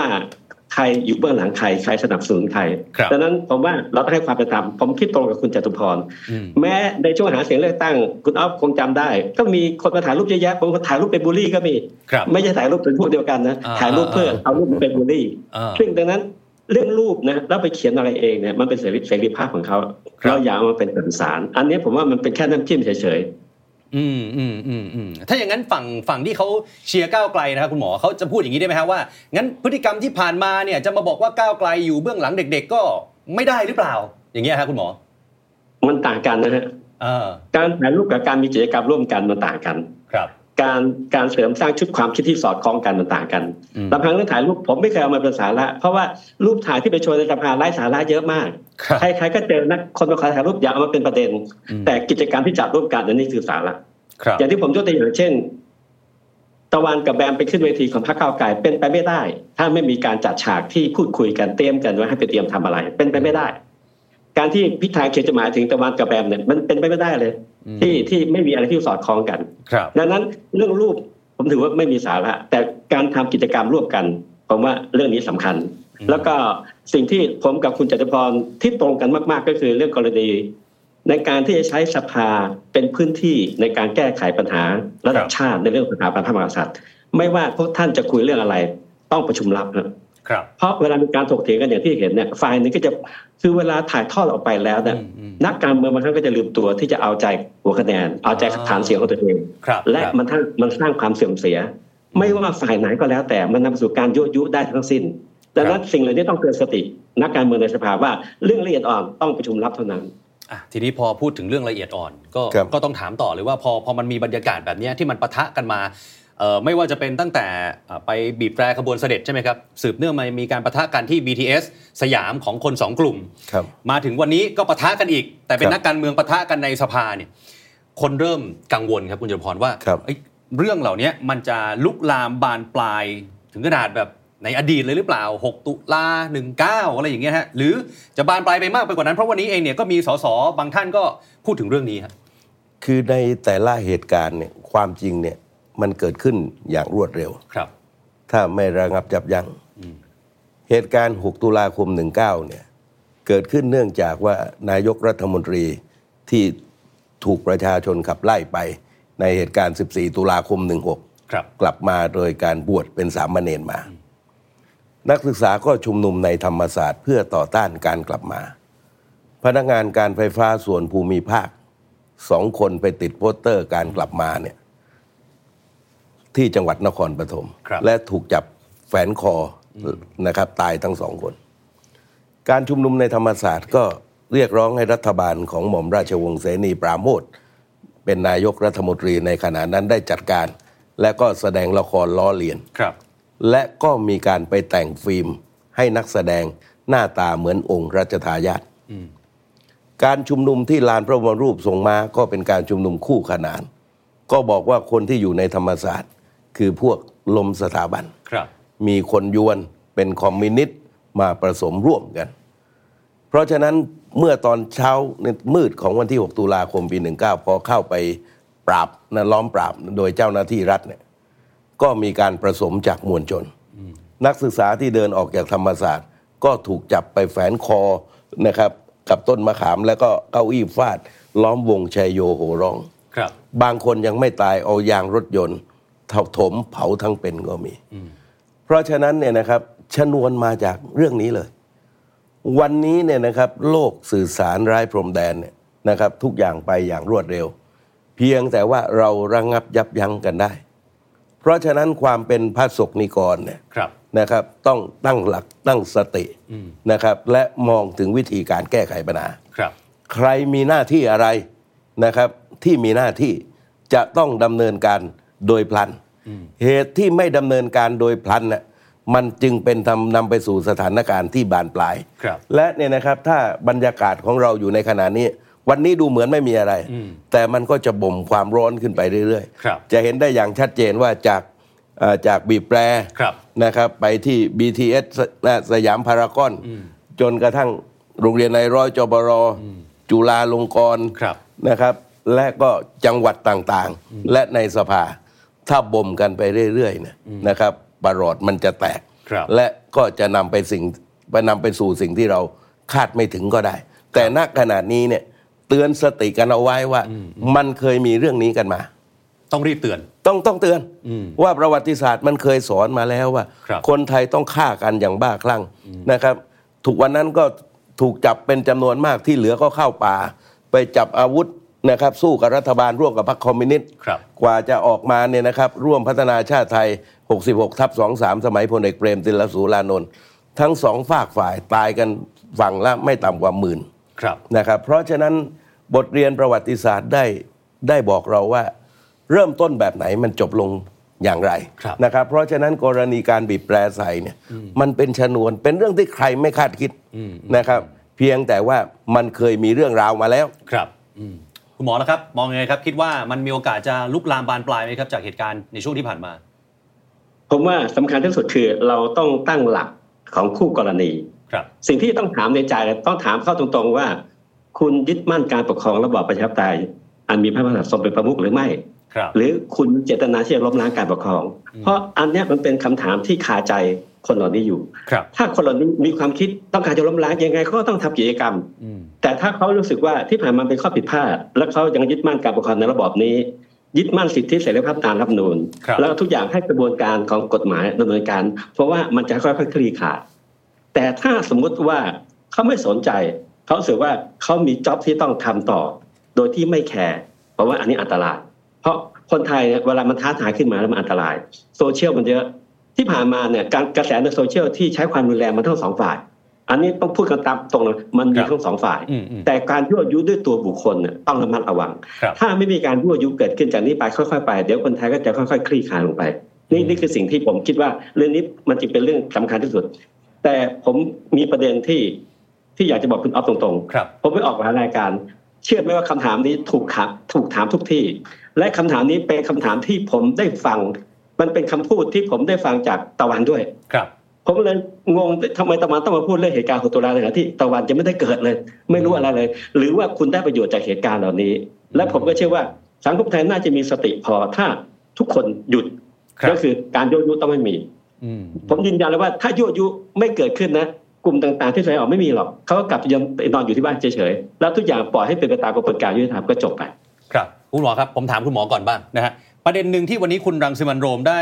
ใครอยู่เบื้องหลังใครใครสนับสนุนใคร ครับ ดังนั้นผมว่าเราต้องให้ความเป็นธรรมผมคิดตรงกับคุณจตุพร อืม แม้ในช่วงหาเสียงเลือกตั้ง คุณอ๊อฟคงจำได้ ก็มีคนมาถ่ายรูปเยอะแยะผมก็ถ่ายรูปเป็นบูลลี่ก็มี ครับ ไม่ใช่ถ่ายรูปเป็นพวกเดียวกันนะ อ่า ถ่ายรูปเพื่อ อ่า เอารูปมาเป็นบูลลี่ อ่า ซึ่งดังนั้นเรื่องรูปนะแล้วไปเขียนอะไรเองเนี่ยมันเป็นเสรีเสรีภาพของเขา ครับ เราอย่าเอามาเป็นเอกสาร อันนี้ผมว่ามันเป็นแค่น้ำจิ้มเฉย อืมอืมอืมอืมถ้าอย่างนั้นฝั่งฝั่งที่เขาเชียร์ก้าวไกลนะครับคุณหมอเขาจะพูดอย่างนี้ได้ไหมฮะว่างั้นพฤติกรรมที่ผ่านมาเนี่ยจะมาบอกว่าก้าวไกลอยู่เบื้องหลังเด็ก ๆ ก็ไม่ได้หรือเปล่า อย่างเงี้ยฮะคุณหมอ ๆมันต่างกันนะฮะ เออ การถ่ายรูปกับการมีกิจกรรมร่วมกันมันต่างกัน ครับ การการเสริมสร้างชุดความคิดที่สอดคล้องกันมันต่างกัน อืม ลำพังเรื่องถ่ายรูปผมไม่เคยเอามาเป็นสาระ เพราะว่ารูปถ่ายที่ไปโชว์ในสภาไร้สาระเยอะมาก ครับ ใครๆก็เจอนะคนมาขอถ่ายรูปอย่าเอามาเป็นประเด็น อืม แต่กิจกรรมที่จัดร่วมกันอันนี้คือสาระ ครับ อย่างที่ผมยกตัวอย่างเช่น ตะวันกับแบมไปขึ้นเวทีของพรรคก้าวไกลเป็นไปไม่ได้ ถ้าไม่มีการจัดฉากที่พูดคุยกันเตรียมกันว่าให้ไปเตรียมทำอะไร เป็นไปไม่ได้ การที่พิธาเขียนจดหมายถึงตะวันกับแบมเนี่ยมันเป็นไปไม่ได้เลย อืม ที่ที่ไม่มีอะไรที่สอดคล้องกัน ครับ ดังนั้นเรื่องรูปผมถือว่าไม่มีสาระแต่การทำกิจกรรมร่วมกันผมว่าเรื่องนี้สำคัญ แล้วก็สิ่งที่ผมกับคุณจตุพรที่ตรงกันมาก ๆ ก็คือเรื่องกรณี ในการที่จะใช้สภาเป็นพื้นที่ในการแก้ไขปัญหาระดับชาติในเรื่องสถาบันพระมหากษัตริย์ ไม่ว่าพวกท่านจะคุยเรื่องอะไร ต้องประชุมลับนะครับ เพราะเวลามีการถกเถียงกันอย่างที่เห็นเนี่ยฝ่ายหนึงก็จะคือเวลาถ่ายทอดออกไปแล้วเนี่ย อืมอืม นักการเมืองบางครั้งก็จะลืมตัวที่จะเอาใจหัวคะแนน เอาใจฐานเสียงของตัวเอง ครับ และ ครับ มันทั้งมันสร้างความเสื่อมเสีย ไม่ว่าฝ่ายไหนก็แล้วแต่มันนำไปสู่การยั่วยุได้ทั้งสิ้นดังนั้นสิ่งเหล่านี้ต้องเตือนสติ นักการเมืองในสภาว่าเรื่องละเอียดอ่อนต้องประชุมลับเท่านั้น อ่ะทีนี้พอพูดถึงเรื่องละเอียดอ่อนก็ ครับ ก็ต้องถามต่อเลยว่าพอพอมันมีบรรยากาศแบบเนี้ยที่มันปะทะกันมาเอ่อไม่ว่าจะเป็นตั้งแต่อ่ะไปบีบแตรขบวนเสด็จใช่ไหมครับสืบเนื่องมามีการปะทะกันที่ BTS สยามของคนสองกลุ่ม ครับ มาถึงวันนี้ก็ปะทะกันอีก แต่เป็น ครับ นักการเมืองปะทะกันในสภาเนี่ยคนเริ่มกังวลครับคุณจตุพรว่า ครับ เอ้ยเรื่องเหล่านี้มันจะลุกลามบานปลายถึงขนาดแบบในอดีตเลยหรือเปล่า 6 ตุลา19 อะไรอย่างเงี้ยฮะหรือจะบานปลายไปมากไปกว่านั้น เพราะวันนี้เองเนี่ยก็มีสสบางท่านก็พูดถึงเรื่องนี้ครับ คือในแต่ละเหตุการณ์เนี่ยความจริงเนี่ยมันเกิดขึ้นอย่างรวดเร็ว ครับ ถ้าไม่ระงับยับยั้ง อืม เหตุการณ์ 6 ตุลาคม 19 เนี่ย เกิดขึ้นเนื่องจากว่านายกรัฐมนตรีที่ถูกประชาชนขับไล่ไป ในเหตุการณ์ 14 ตุลาคม 16 ครับ กลับมาโดยการบวชเป็นสามเณรมา นักศึกษาก็ชุมนุมในธรรมศาสตร์เพื่อต่อต้านการกลับมา พนักงานการไฟฟ้าส่วนภูมิภาคสองคนไปติดโปสเตอร์การกลับมาเนี่ยที่จังหวัดนครปฐม ครับ และถูกจับแฝนคออนะครับ ตายทั้งสองคน การชุมนุมในธรรมศาสตร์ก็เรียกร้องให้รัฐบาลของหม่อมราชวงศ์เสนีปราโมช เป็นนายกรัฐมนตรีในขณะนั้นได้จัดการ และก็แสดงละครล้อเลียน ครับ และก็มีการไปแต่งฟิล์ม ให้นักแสดงหน้าตาเหมือนองค์รัชทายาทการชุมนุมที่ลานพระบรมรูปทรงม้าก็เป็นการชุมนุมคู่ขนาน ก็บอกว่าคนที่อยู่ในธรรมศาสตร์ คือพวกลมสถาบัน ครับ มีคนยวนเป็นคอมมิวนิสต์มาผสมร่วมกัน เพราะฉะนั้นเมื่อตอนเช้ามืดของวันที่ 6 ตุลาคมปี 19 พอเข้าไปปราบนะล้อมปราบโดยเจ้าหน้าที่รัฐเนี่ยก็มีการประสมจากมวลชน นักศึกษาที่เดินออกจากธรรมศาสตร์ ก็ถูกจับไปแฝนคอนะครับ กับต้นมะขามแล้วก็เก้าอี้ฟาด ล้อมวงชัยโยโหร้อง ครับ บางคนยังไม่ตายเอายางรถยนต์เถาถมเผาทั้งเป็นก็มี เพราะฉะนั้นเนี่ยนะครับชนวนมาจากเรื่องนี้เลย วันนี้เนี่ยนะครับ โลกสื่อสารไร้พรมแดนเนี่ยนะครับ ทุกอย่างไปอย่างรวดเร็ว เพียงแต่ว่าเราระงับยับยั้งกันได้ เพราะฉะนั้นความเป็นพระสกนิกรเนี่ย ครับ นะครับต้องตั้งหลักตั้งสติ อืม นะครับ และมองถึงวิธีการแก้ไขปัญหา ครับ ใครมีหน้าที่อะไรนะครับ ที่มีหน้าที่จะต้องดำเนินการโดยพลัน เหตุที่ไม่ดำเนินการโดยพลันน่ะมันจึงเป็นทำนำไปสู่สถานการณ์ที่บานปลาย ครับ และเนี่ยนะครับถ้าบรรยากาศของเราอยู่ในขณะนี้ วันนี้ดูเหมือนไม่มีอะไร อืม แต่มันก็จะบ่มความร้อนขึ้นไปเรื่อย ครับ จะเห็นได้อย่างชัดเจนว่าจากเอ่อจากบีบแปร ครับ นะครับไปที่ BTS สและสยามพารากอน จนกระทั่งโรงเรียนในายร้อยจบรจุฬาลงกรณ์ ครับ นะครับ และก็จังหวัดต่างๆ และในสภา ถ้าบ่มกันไปเรื่อยๆเนยนะครับปรอดมันจะแตก ครับ และก็จะนำไปสิ่งไปนำไปสู่สิ่งที่เราคาดไม่ถึงก็ได้ แต่ณขณะนี้เนี่ยเตือนสติกันเอาไว้ว่า มันเคยมีเรื่องนี้กันมา ต้องรีบเตือน ต้องต้องเตือน อืม ว่าประวัติศาสตร์มันเคยสอนมาแล้วว่า ครับ นไทยต้องฆ่ากันอย่างบ้าคลั่งนะครับ ถูกวันนั้นก็ถูกจับเป็นจำนวนมากที่เหลือก็เข้าป่า ไปจับอาวุธนะครับ สู้กับรัฐบาลร่วมกับพรรคคอมมิวนิสต์ ครับ กว่าจะออกมาเนี่ยนะครับ ร่วมพัฒนาชาติไทย 66 ทับ 23 สมัยพลเอกเปรมติลสูรานนท์ทั้งสองฝากฝ่ายตายกันฝั่งละไม่ต่ำกว่าหมื่น ครับ นะครับเพราะฉะนั้นบทเรียนประวัติศาสตร์ได้ได้บอกเราว่า เริ่มต้นแบบไหนมันจบลงอย่างไร ครับ นะครับเพราะฉะนั้นกรณีการบีบแปรใส่เนี่ยมันเป็นชนวนเป็นเรื่องที่ใครไม่คาดคิด อืม นะครับ เพียงแต่ว่ามันเคยมีเรื่องราวมาแล้ว ครับอืมคุณหมอแล้วครับ มองยังไงครับ คิดว่ามันมีโอกาสจะลุกลามบานปลายไหมครับ จากเหตุการณ์ในช่วงที่ผ่านมา ผมว่าสำคัญที่สุดคือเราต้องตั้งหลักของคู่กรณี ครับ สิ่งที่ต้องถามในใจต้องถามเข้าตรงๆว่า คุณยึดมั่นการปกครองระบอบประชาธิปไตยอันมีพระมหากษัตริย์ทรงเป็นประมุขหรือไม่ ครับ หรือคุณเจตนาที่จะล้มล้างการปกครอง เพราะอันเนี้ยมันเป็นคำถามที่คาใจคนเหล่านี้อยู่ ครับ ถ้าคนเหล่านี้มีความคิดต้องการจะล้มล้างยังไงเขาก็ต้องทำกิจกรรม อืม แต่ถ้าเขารู้สึกว่าที่ผ่านมาเป็นข้อผิดพลาด และเขายังยึดมั่นการปกครองในระบอบนี้ ยึดมั่นสิทธิเสรีภาพตามรัฐธรรมนูญ ครับ แล้วทุกอย่างให้กระบวนการของกฎหมายดำเนินการ เพราะว่ามันจะค่อยๆคลี่คลายแต่ถ้าสมมุติว่าเขาไม่สนใจ เขารู้สึกว่าเขามีจ็อบที่ต้องทำต่อ โดยที่ไม่แคร์เพราะว่าอันนี้อันตราย เพราะคนไทยเนี่ยเวลามันท้าทายขึ้นมาแล้วมันอันตรายโซเชียลมันเยอะที่ผ่านมาเนี่ยการกระแสในโซเชียลที่ใช้ความรุนแรงมันทั้งสองฝ่าย อันนี้ต้องพูดกันตามตรงเลยมันมี ครับ ทั้งสองฝ่าย อืมอืม แต่การยั่วยุด้วยตัวบุคคลเนี่ยต้องระมัดระวัง ครับ ถ้าไม่มีการยั่วยุเกิดขึ้นจากนี้ไปค่อยๆไป เดี๋ยวคนไทยก็จะค่อยๆ คลี่คลายลงไป นี่นี่คือสิ่งที่ผมคิดว่าเรื่องนี้มันจึงเป็นเรื่องสำคัญที่สุด แต่ผมมีประเด็นที่ที่อยากจะบอกคุณอ๊อฟตรง ครับ ๆ ผมไปออกหลายรายการ เชื่อไหมว่าคำถามนี้ถูกถามถูกถามทุกที่ และคำถามนี้เป็นคำถามที่ผมได้ฟัง มันเป็นคำพูดที่ผมได้ฟังจากตะวันด้วย ครับ ผมเลยงงทำไมตะวันต้องมาพูดเรื่องเหตุการณ์ของตุลาเลยนะที่ตะวันจะไม่ได้เกิดเลย ไม่รู้อะไรเลย หรือว่าคุณได้ประโยชน์จากเหตุการณ์เหล่านี้ และผมก็เชื่อว่าสังคมไทยน่าจะมีสติพอถ้าทุกคนหยุด ครับ ก็คือการยั่วยุต้องไม่มี อืม ผมยืนยันเลยว่าถ้ายั่วยุไม่เกิดขึ้นนะ กลุ่มต่างๆที่แสดงออกไม่มีหรอกเขาก็กลับยังนอนอยู่ที่บ้านเฉยๆแล้วทุกอย่างปล่อยให้เป็นไปตามกระบวนการยุติธรรมก็จบไป ครับคุณหมอครับผมถามคุณหมอก่อนบ้างนะฮะประเด็นหนึ่งที่วันนี้คุณรังสิมันโรมได้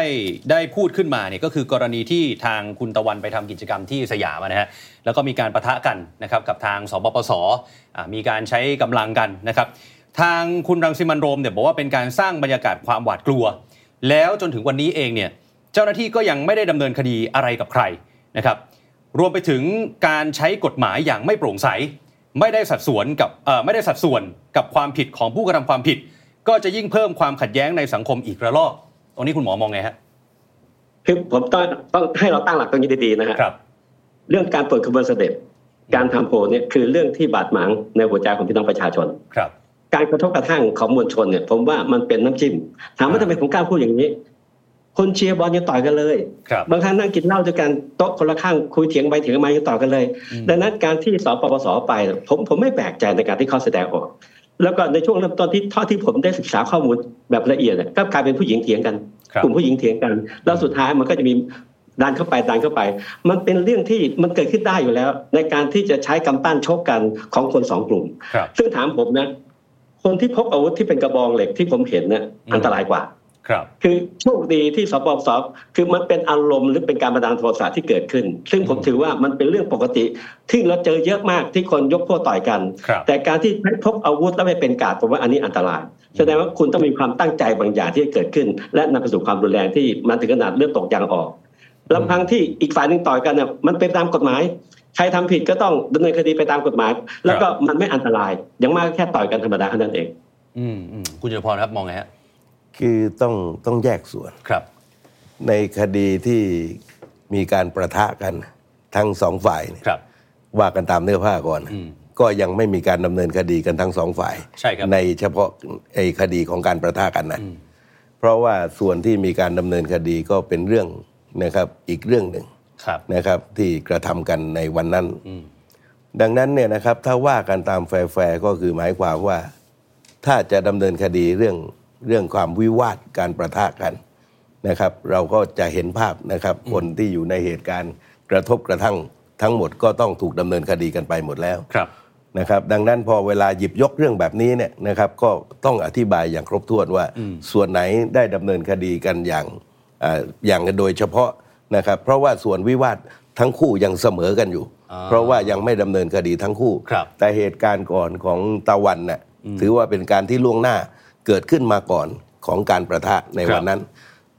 ได้พูดขึ้นมาเนี่ยก็คือกรณีที่ทางคุณตะวันไปทำกิจกรรมที่สยามอะนะฮะแล้วก็มีการประทะกันนะครับกับทางสปปสอ่ามีการใช้กำลังกันนะครับ ทางคุณรังสิมันโรมเนี่ยบอกว่าเป็นการสร้างบรรยากาศความหวาดกลัว แล้วจนถึงวันนี้เองเนี่ยเจ้าหน้าที่ก็ยังไม่ได้ดำเนินคดีอะไรกับใครนะครับ รวมไปถึงการใช้กฎหมายอย่างไม่โปร่งใส ไม่ได้สัดส่วนกับเอ่อไม่ได้สัดส่วนกับความผิดของผู้กระทำความผิด ก็จะยิ่งเพิ่มความขัดแย้งในสังคมอีกระลอกตรงนี้คุณหมอมองไงฮะ คือผมต้องต้องให้เราตั้งหลักตรงนี้ดีๆนะฮะ ครับ เรื่องการเปิดขบวนเสด็จ การทำโพลเนี่ยคือเรื่องที่บาดหมางในหัวใจของพี่น้องประชาชน ครับ การกระทบกระทั่งของมวลชนเนี่ยผมว่ามันเป็นน้ำจิ้ม ถามว่า อ่า ทำไมผมกล้าพูดอย่างนี้ คนเชียร์บอลยังต่อยกันเลย ครับ บางครั้งนั่งกินเหล้าด้วยกันโต๊ะคนละข้างคุยเถียงไปเถียงมายังต่อยกันเลย อืม ดังนั้นการที่สปปสไปเนี่ยผมผมไม่แปลกใจในการที่เขาแสดงออก แล้วก็ในช่วงเริ่มต้นที่เท่าที่ผมได้ศึกษาข้อมูลแบบละเอียดเนี่ยก็กลายเป็นผู้หญิงเถียงกัน ครับ กลุ่มผู้หญิงเถียงกัน แล้วสุดท้ายมันก็จะมีดันเข้าไปดันเข้าไป มันเป็นเรื่องที่มันเกิดขึ้นได้อยู่แล้ว ในการที่จะใช้กำปั้นชกกันของคนสองกลุ่ม ครับ ซึ่งถามผมนะคนที่พกอาวุธที่เป็นกระบองเหล็กที่ผมเห็นเนี่ย อืม อันตรายกว่า ครับ คือโชคดีที่สปสคือมันเป็นอารมณ์หรือเป็นการบันดาลโทสะที่เกิดขึ้น ซึ่งผมถือว่ามันเป็นเรื่องปกติที่เราเจอเยอะมากที่คนยกพวกต่อยกัน ครับ แต่การที่ใช้พกอาวุธแล้วไม่เป็นกาดผมว่าอันนี้อันตรายแสดงว่าคุณต้องมีความตั้งใจบางอย่างที่จะเกิดขึ้น และนำไปสู่ความรุนแรงที่มันถึงขนาดเลือดตกยางออกลำพังที่อีกฝ่ายหนึ่งต่อยกันน่ะมันเป็นตามกฎหมาย ใครทำผิดก็ต้องดำเนินคดีไปตามกฎหมาย แล้วก็มันไม่อันตรายอย่างมากแค่ต่อยกันธรรมดาเท่านั้นเอง อืมอืมคุณจุลพรครับมองไงฮะ คือต้องต้องแยกส่วน ครับ ในคดีที่มีการประทะกันทั้งสองฝ่ายเนี่ย ครับ ว่ากันตามเนื้อผ้าก่อน อืม ก็ยังไม่มีการดำเนินคดีกันทั้งสองฝ่าย ใช่ครับ เฉพาะไอ้คดีของการประทะกันนะเพราะว่าส่วนที่มีการดำเนินคดีก็เป็นเรื่องนะครับอีกเรื่องหนึ่ง ครับ นะครับที่กระทำกันในวันนั้น ดังนั้นเนี่ยนะครับถ้าว่ากันตามแฟร์ๆก็คือหมายความว่า ถ้าจะดำเนินคดีเรื่องเรื่องความวิวาทการประทะกันนะครับ เราก็จะเห็นภาพนะครับ คนที่อยู่ในเหตุการณ์กระทบกระทั่งทั้งหมดก็ต้องถูกดำเนินคดีกันไปหมดแล้ว ครับ นะครับดังนั้นพอเวลาหยิบยกเรื่องแบบนี้เนี่ยนะครับก็ต้องอธิบายอย่างครบถ้วนว่า ส่วนไหนได้ดำเนินคดีกันอย่างเอ่ออย่างโดยเฉพาะนะครับ เพราะว่าส่วนวิวาททั้งคู่ยังเสมอกันอยู่ อ่า เพราะว่ายังไม่ดำเนินคดีทั้งคู่ ครับ แต่เหตุการณ์ก่อนของตะวันน่ะถือว่าเป็นการที่ล่วงหน้าเกิดขึ้นมาก่อนของการประทะใน ครับ วันนั้น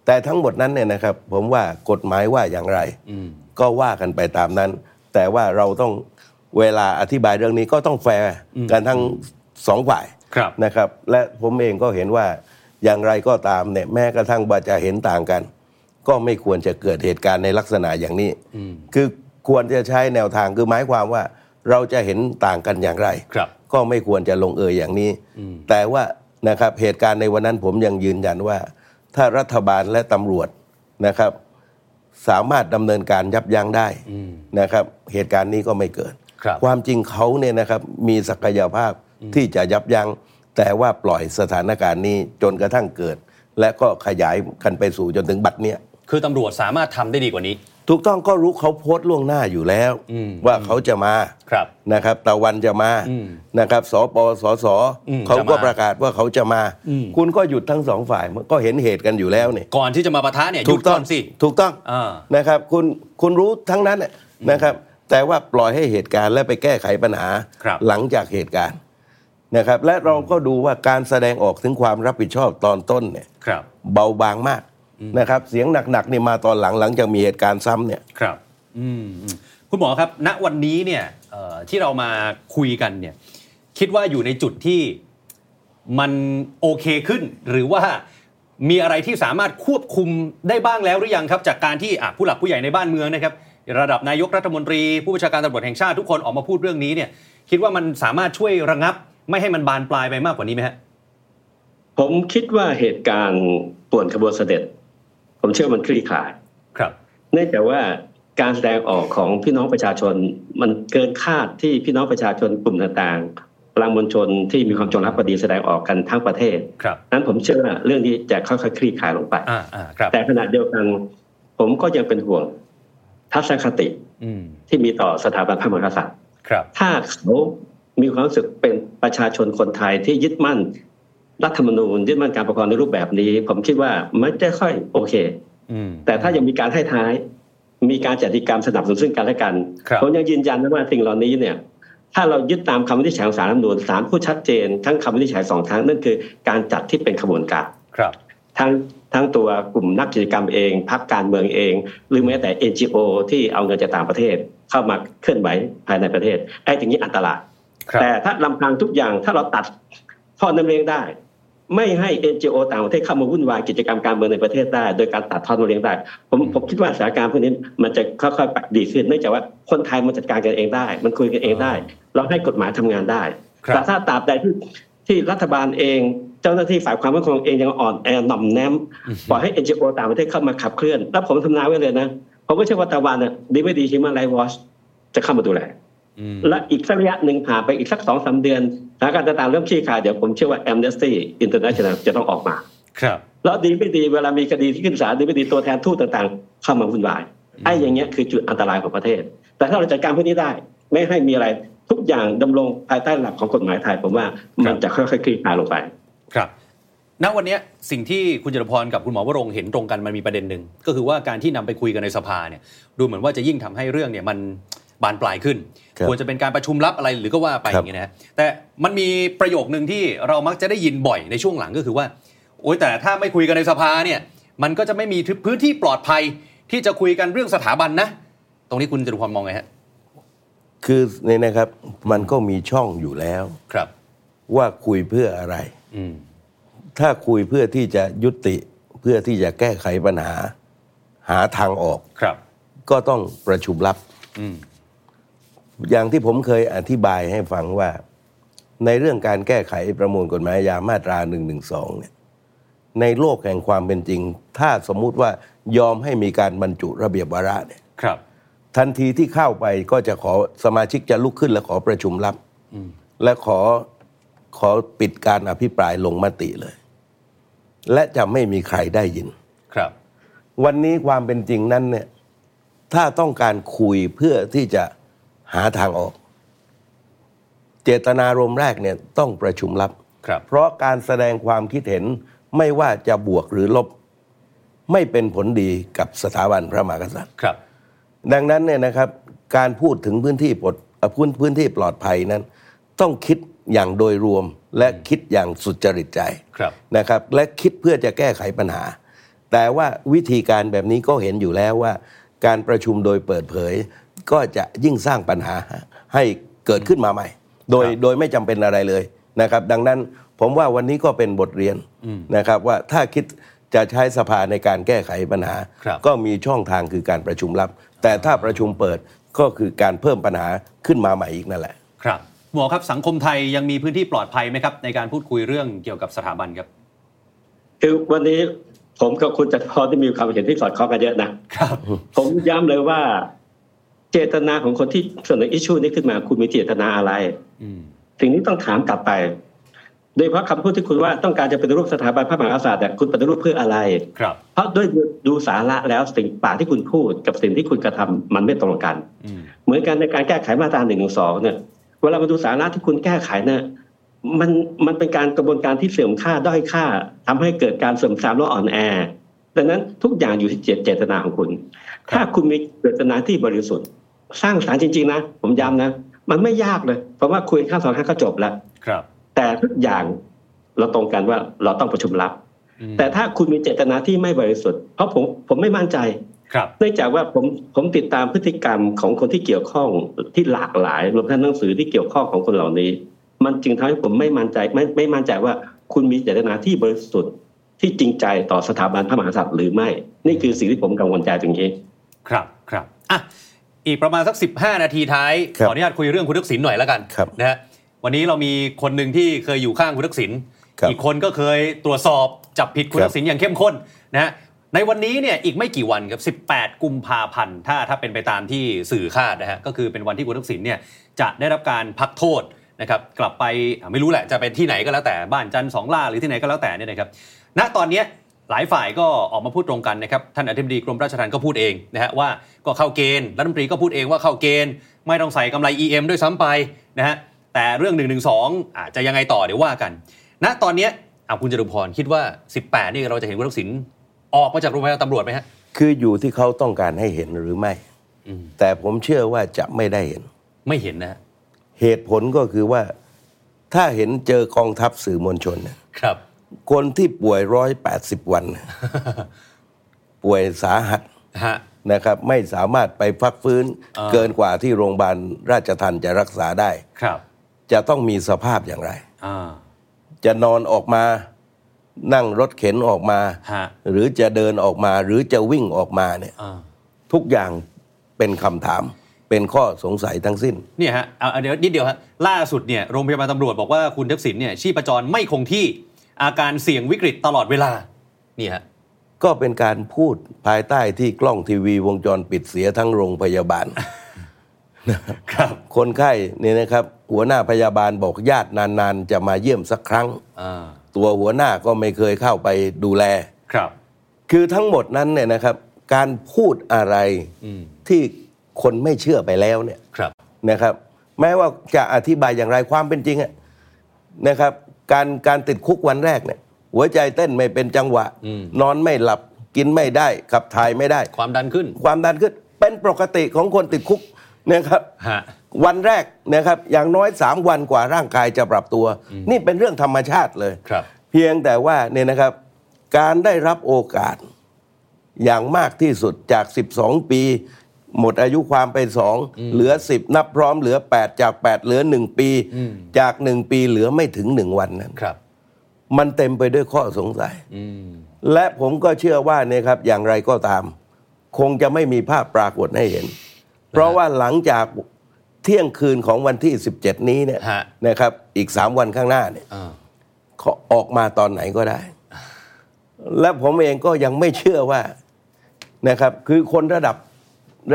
แต่ทั้งหมดนั้นเนี่ยนะครับผมว่ากฎหมายว่าอย่างไร อืม ก็ว่ากันไปตามนั้น แต่ว่าเราต้องเวลาอธิบายเรื่องนี้ก็ต้องแฟร์กันทั้งสองฝ่าย ครับ นะครับ และผมเองก็เห็นว่าอย่างไรก็ตามเนี่ยแม้กระทั่งว่าจะเห็นต่างกัน ก็ไม่ควรจะเกิดเหตุการณ์ในลักษณะอย่างนี้ คือควรจะใช้แนวทางคือหมายความว่าเราจะเห็นต่างกันอย่างไร ครับ ก็ไม่ควรจะลงเอยอย่างนี้ แต่ว่านะครับเหตุการณ์ในวันนั้นผมยังยืนยันว่า ถ้ารัฐบาลและตำรวจนะครับ สามารถดำเนินการยับยั้งได้นะครับ เหตุการณ์นี้ก็ไม่เกิด ครับ ความจริงเขาเนี่ยนะครับมีศักยภาพที่จะยับยั้งแต่ว่าปล่อยสถานการณ์นี้จนกระทั่งเกิด และก็ขยายกันไปสู่จนถึงบัดเนี้ย คือตำรวจสามารถทำได้ดีกว่านี้ ถูกต้องก็รู้เขาโพสต์ล่วงหน้าอยู่แล้ว อืม ว่าเขาจะมา ครับ นะครับตะวันจะมา อืม นะครับสปสส อืม เขาก็ จะมา ประกาศว่าเขาจะมา อืม คุณก็หยุดทั้งสองฝ่ายมันก็เห็นเหตุกันอยู่แล้วเนี่ย ก่อนที่จะมาปะทะเนี่ยห ถู ยุด กต้ ก่ อ อง นสิ ถูกต้อง อ่า นะครับคุณคุณรู้ทั้งนั้นน่ะนะครับ แต่ว่าปล่อยให้เหตุการณ์และไปแก้ไขปัญหา ครับ หลังจากเหตุการณ์นะครับ และเราก็ดูว่าการแสดงออกถึงความรับผิดชอบตอนต้นเนี่ย ครับ เบาบางมากนะครับ เสียงหนักๆนี่มาตอนหลังหลังจากมีเหตุการณ์ซ้ำเนี่ย ครับอืมอืมคุณหมอครับ ณวันนี้เนี่ยเอ่อที่เรามาคุยกันเนี่ย คิดว่าอยู่ในจุดที่มันโอเคขึ้น หรือว่ามีอะไรที่สามารถควบคุมได้บ้างแล้วหรือยังครับ จากการที่อ่ะผู้หลักผู้ใหญ่ในบ้านเมืองนะครับ ระดับนายกรัฐมนตรี ผู้บัญชาการตำรวจแห่งชาติทุกคนออกมาพูดเรื่องนี้เนี่ย คิดว่ามันสามารถช่วยระงับ ไม่ให้มันบานปลายไปมากกว่านี้ไหมฮะ ผมคิดว่าเหตุการณ์ป่วนขบวนเสด็จ ผมเชื่อมันคลี่คลาย ครับ เนื่องจากว่าการแสดงออกของพี่น้องประชาชนมันเกินคาดที่พี่น้องประชาชนกลุ่มต่างๆพลังมวลชนที่มีความจงรักภักดีแสดงออกกันทั้งประเทศ ครับ นั้นผมเชื่อว่าเรื่องนี้จะค่อยๆคลี่คลายลงไป อ่าอ่าครับ แต่ขณะเดียวกัน ผมก็ยังเป็นห่วงทัศนคติ อืม ที่มีต่อสถาบันพระมหากษัตริย์ ครับ ถ้าเขามีความรู้สึกเป็นประชาชนคนไทยที่ยึดมั่น รัฐธรรมนูญยึดมั่นการปกครองในรูปแบบนี้ ผมคิดว่าไม่ได้ค่อยโอเค อืม แต่ถ้ายังมีการให้ท้าย มีการจัดกิจกรรมสนับสนุนซึ่งกันและกัน ครับ ผมยังยืนยันนะว่าสิ่งเหล่านี้เนี่ย ถ้าเรายึดตามคำวินิจฉัยของศาลรัฐธรรมนูญศาลพูดชัดเจน ทั้งคำวินิจฉัยสองครั้งนั่นคือการจัดที่เป็นขบวนการ ครับ ทั้งทั้งตัวกลุ่มนักกิจกรรมเองพรรคการเมืองเอง หรือแม้แต่ NGO ที่เอาเงินจากต่างประเทศ เข้ามาเคลื่อนไหวภายในประเทศไอ้อย่างนี้อันตราย ครับ แต่ถ้าลำพังทุกอย่างถ้าเราตัดท่อน้ำเลี้ยงได้ ไม่ให้ NGO ต่างประเทศเข้ามาวุ่นวายกิจกรรมการเมืองในประเทศได้ โดยการตัดท่อน้ำเลี้ยงได้ ผมผมคิดว่าสถานการณ์พวกนี้มันจะค่อยๆปรับดีขึ้นเนื่องจากว่าคนไทยมันจัดการกันเองได้ มันคุยกันเองได้ เราให้กฎหมายทำงานได้ ครับ แต่ถ้าตราบใดที่ที่รัฐบาลเอง เจ้าหน้าที่ฝ่ายความมั่นคงเองยังอ่อนแอหน่อมแนมปล่อยให้ NGO ต่างประเทศเข้ามาขับเคลื่อน แล้วผมทำนายไว้เลยนะ ผมก็เชื่อว่าตะวันน่ะดีไม่ดีชิมาไลวอชจะเข้ามาดูแล อืม และอีกสักระยะหนึ่งผ่านไปอีกสักสองสาเดือนสถานการณ์ต่างๆเริ่มคลี่คลายเดี๋ยวผมเชื่อว่า Amnesty International จะต้องออกมา ครับ แล้วดีไม่ดีเวลามีคดีที่ขึ้นศาลดีไม่ดีตัวแทนทูตต่างๆ เข้ามาวุ่นวายไอ้อย่างเงี้ยคือจุดอันตรายของประเทศ แต่ถ้าเราจัดการพวกนี้ได้ ไม่ให้มีอะไรทุกอย่างดำรงภายใต้หลักของกฎหมายไทย ผมว่า ครั มั บ นจะค่อยๆคลี่คลายลงไป ครับ ณ วันเนี้ยสิ่งที่คุณจตุพรกับคุณหมอวรงค์เห็นตรงกันมันมีประเด็นหนึ่งก็คือว่าการที่นำไปคุยกันในสภาเนี่ยดูเหมือนว่าจะยิ่งทำให้เรื่องเนี่ยมันบานปลายขึ้น ครับ ควรจะเป็นการประชุมลับอะไรหรือก็ว่าไป ค อ รับ ย่างนี้ยนะ แต่มันมีประโยคหนึ่งที่เรามักจะได้ยินบ่อยในช่วงหลังก็คือว่า โอ๊ยแต่ถ้าไม่คุยกันในสภาเนี่ย มันก็จะไม่มีพื้นที่ปลอดภัยที่จะคุยกันเรื่องสถาบันนะ ตรงนี้คุณจตุพรมองไงฮะ คือเนี่ยนะครับมันก็มีช่องอยู่แล้ว ครับ ว่าคุยเพื่ออะไร อืม ถ้าคุยเพื่อที่จะยุติเพื่อที่จะแก้ไขปัญหา หาทางออก ครับ ก็ต้องประชุมลับ อืม อย่างที่ผมเคยอธิบายให้ฟังว่า ในเรื่องการแก้ไขประมวลกฎหมายอาญามาตรา1นึเนี่ยในโลกแห่งความเป็นจริง ถ้าสมมุติว่ายอมให้มีการบรรจุระเบียบวาระเนี่ย ครับ ทันทีที่เข้าไปก็จะขอสมาชิกจะลุกขึ้นและขอประชุมลับ อืม และขอขอปิดการอภิปรายลงมติเลย และจะไม่มีใครได้ยิน ครับ วันนี้ความเป็นจริงนั้นเนี่ยถ้าต้องการคุยเพื่อที่จะหาทางออก เจตนารมณ์แรกเนี่ยต้องประชุมลับ ครับ เพราะการแสดงความคิดเห็นไม่ว่าจะบวกหรือลบ ไม่เป็นผลดีกับสถาบันพระมหากษัตริย์ ครับ ดังนั้นเนี่ยนะครับ การพูดถึงพื้นที่ปลอดเอ่อพื้นพื้นที่ปลอดภัยนั้น ต้องคิดอย่างโดยรวมและคิดอย่างสุจริตใจ ครับ นะครับและคิดเพื่อจะแก้ไขปัญหา แต่ว่าวิธีการแบบนี้ก็เห็นอยู่แล้วว่า การประชุมโดยเปิดเผย ก็จะยิ่งสร้างปัญหาให้เกิดขึ้นมาใหม่ โดย ครับ โดยไม่จำเป็นอะไรเลยนะครับ ดังนั้นผมว่าวันนี้ก็เป็นบทเรียน อืม นะครับว่าถ้าคิดจะใช้สภาในการแก้ไขปัญหา ครับ ก็มีช่องทางคือการประชุมลับ แต่ถ้าประชุมเปิดก็คือการเพิ่มปัญหาขึ้นมาใหม่อีกนั่นแหละ ครับหมอครับสังคมไทยยังมีพื้นที่ปลอดภัยไหมครับ ในการพูดคุยเรื่องเกี่ยวกับสถาบันครับ คือวันนี้ผมกับคุณจักรพรที่มีความเห็นที่สอดคล้องกันเยอะนะ ครับ ผมย้ำเลยว่า เจตนาของคนที่เสนออิชชูนี้ขึ้นมา คุณมีเจตนาอะไร อืม สิ่งนี้ต้องถามกลับไป โดยเฉพาะคำพูดที่คุณว่าต้องการจะเป็นรูปสถาบันพระมหากษัตริย์เนี่ยคุณเป็นรูปเพื่ออะไร ครับ เพราะด้วยดูสาระแล้วสิ่งป่าที่คุณพูดกับสิ่งที่คุณกระทำมันไม่ตรงกัน อืม เหมือนกันในการแก้ไขมาตราหนึ่งหนึ่งสองเนี่ยเวลามาดูสาระที่คุณแก้ไขเนี่ยมันมันเป็นการกระบวนการที่เสื่อมค่าด้อยค่าทำให้เกิดการเสื่อมทรามและอ่อนแอดังนั้นทุกอย่างอยู่ที่เจตเจตนาของคุณ ถ้าคุณมีเจตนาที่บริสุทธิ์ สร้างสารรค์จริงๆนะ ผมย้ำนะ มันไม่ยากเลย เพราะว่าคุยข้างสองข้างก็จบแล้ว ครับ แต่ทุกอย่างเราตรงกันว่าเราต้องประชุมรับ อืม แต่ถ้าคุณมีเจตนาที่ไม่บริสุทธิ์เพราะผมผมไม่มั่นใจ ครับ เนื่องจากว่าผมผมติดตามพฤติกรรมของคนที่เกี่ยวข้องที่หลากหลายรวมทั้งหนังสือที่เกี่ยวข้องของคนเหล่านี้ มันจึงทำให้ผมไม่มั่นใจไม่ไม่มั่นใจว่าคุณมีเจตนาที่บริสุทธิ์ที่จริงใจต่อสถาบันพระมหากษัตริย์หรือไม่ นี่คือสิ่งที่ผมกังวลใจตรงนี้ ครับ ครับ อ่ะ อีกประมาณสัก 15 นาทีท้าย ครับ ขออนุญาตคุยเรื่องคุณทักษิณหน่อยแล้วกัน ครับ นะฮะ วันนี้เรามีคนหนึ่งที่เคยอยู่ข้างคุณทักษิณ ครับ อีกคนก็เคยตรวจสอบจับผิดคุณ ครับ ทักษิณอย่างเข้มข้นนะฮะ ในวันนี้เนี่ยอีกไม่กี่วันครับ18 กุมภาพันธ์ ถ้าถ้าเป็นไปตามที่สื่อคาดนะฮะ ก็คือเป็นวันที่คุณทักษิณเนี่ยจะได้รับการพักโทษนะครับกลับไปอ่ะไม่รู้แหละจะเป็นที่ไหนก็แล้วแต่บ้านจันทร์สองล่าหรือที่ไหนก็แล้วแต่เนี่ยนะครับ ณตอนเนี้ยหลายฝ่ายก็ออกมาพูดตรงกันนะครับท่านอธิบดีกรมราชทัณฑ์ก็พูดเองนะฮะว่าก็เข้าเกณฑ์รัฐมนตรีก็พูดเองว่าเข้าเกณฑ์ ไม่ต้องใส่กำไร EM ด้วยซ้ำไปนะฮะแต่เรื่อง1นึอาจจะยังไงต่อเดี๋ยวว่ากัน ณตอนเนี้ยอ่ะคุณจตุพรคิดว่า 18 นี่เราจะเห็นคุณทักษิณออกมาจากโรงพยาบาลตำรวจไหมฮะ คืออยู่ที่เขาต้องการให้เห็นหรือไม่ อืม แต่ผมเชื่อว่าจะไม่ได้เห็น ไม่เห็นนะฮะ เหตุผลก็คือว่าถ้าเห็นเจอกองทัพสื่อมวลชนเนี่ย ครับ คนที่ป่วยร้อยแปดสิบวันเนี่ยป่วยสาหัส ฮะ นะครับ ไม่สามารถไปพักฟื้น อ่า เกินกว่าที่โรงพยาบาลราชทันจะรักษาได้ ครับ จะต้องมีสภาพอย่างไร อ่า จะนอนออกมานั่งรถเข็นออกมา ฮะ หรือจะเดินออกมาหรือจะวิ่งออกมาเนี่ย อ่า ทุกอย่างเป็นคำถาม เป็นข้อสงสัยทั้งสิ้น เนี่ยฮะเอาเอาเดี๋ยวนิดเดียวฮะล่าสุดเนี่ยโรงพยาบาลตำรวจบอกว่าคุณทักษิณเนี่ยชีพจรไม่คงที่อาการเสี่ยงวิกฤตตลอดเวลานี่ฮะ ก็เป็นการพูดภายใต้ที่กล้องทีวีวงจรปิดเสียทั้งโรงพยาบาล ครับ คนไข้เนี่ยนะครับ หัวหน้าพยาบาลบอกญาตินานๆ จะมาเยี่ยมสักครั้ง อ่า ตัวหัวหน้าก็ไม่เคยเข้าไปดูแล ครับ คือทั้งหมดนั้นเนี่ยนะครับ การพูดอะไร อืม ที่คนไม่เชื่อไปแล้วเนี่ย ครับ นะครับ แม้ว่าจะอธิบายอย่างไรความเป็นจริงอะนะครับ การการติดคุกวันแรกเนี่ยหัวใจเต้นไม่เป็นจังหวะ อืม นอนไม่หลับกินไม่ได้ขับถ่ายไม่ได้ ความดันขึ้น ความดันขึ้นเป็นปกติของคนติดคุกนะครับ ฮะ วันแรกนะครับอย่างน้อย 3 วันกว่าร่างกายจะปรับตัว นี่เป็นเรื่องธรรมชาติเลย ครับ เพียงแต่ว่าเนี่ยนะครับ การได้รับโอกาสอย่างมากที่สุดจาก 12 ปี หมดอายุความไป 2 เหลือ 10 นับพร้อมเหลือ 8 จาก 8 เหลือ 1 ปี อืม จาก 1 ปีเหลือไม่ถึง 1 วันนั้น ครับ มันเต็มไปด้วยข้อสงสัย อืม และผมก็เชื่อว่าเนี่ยครับอย่างไรก็ตาม คงจะไม่มีภาพปรากฏให้เห็น เพราะว่าหลังจาก เที่ยงคืนของวันที่ 17 นี้เนี่ย ฮะ นะครับอีก 3 วันข้างหน้าเนี่ย อ่า เขาออกมาตอนไหนก็ได้ และผมเองก็ยังไม่เชื่อว่านะครับ คือคนระดับ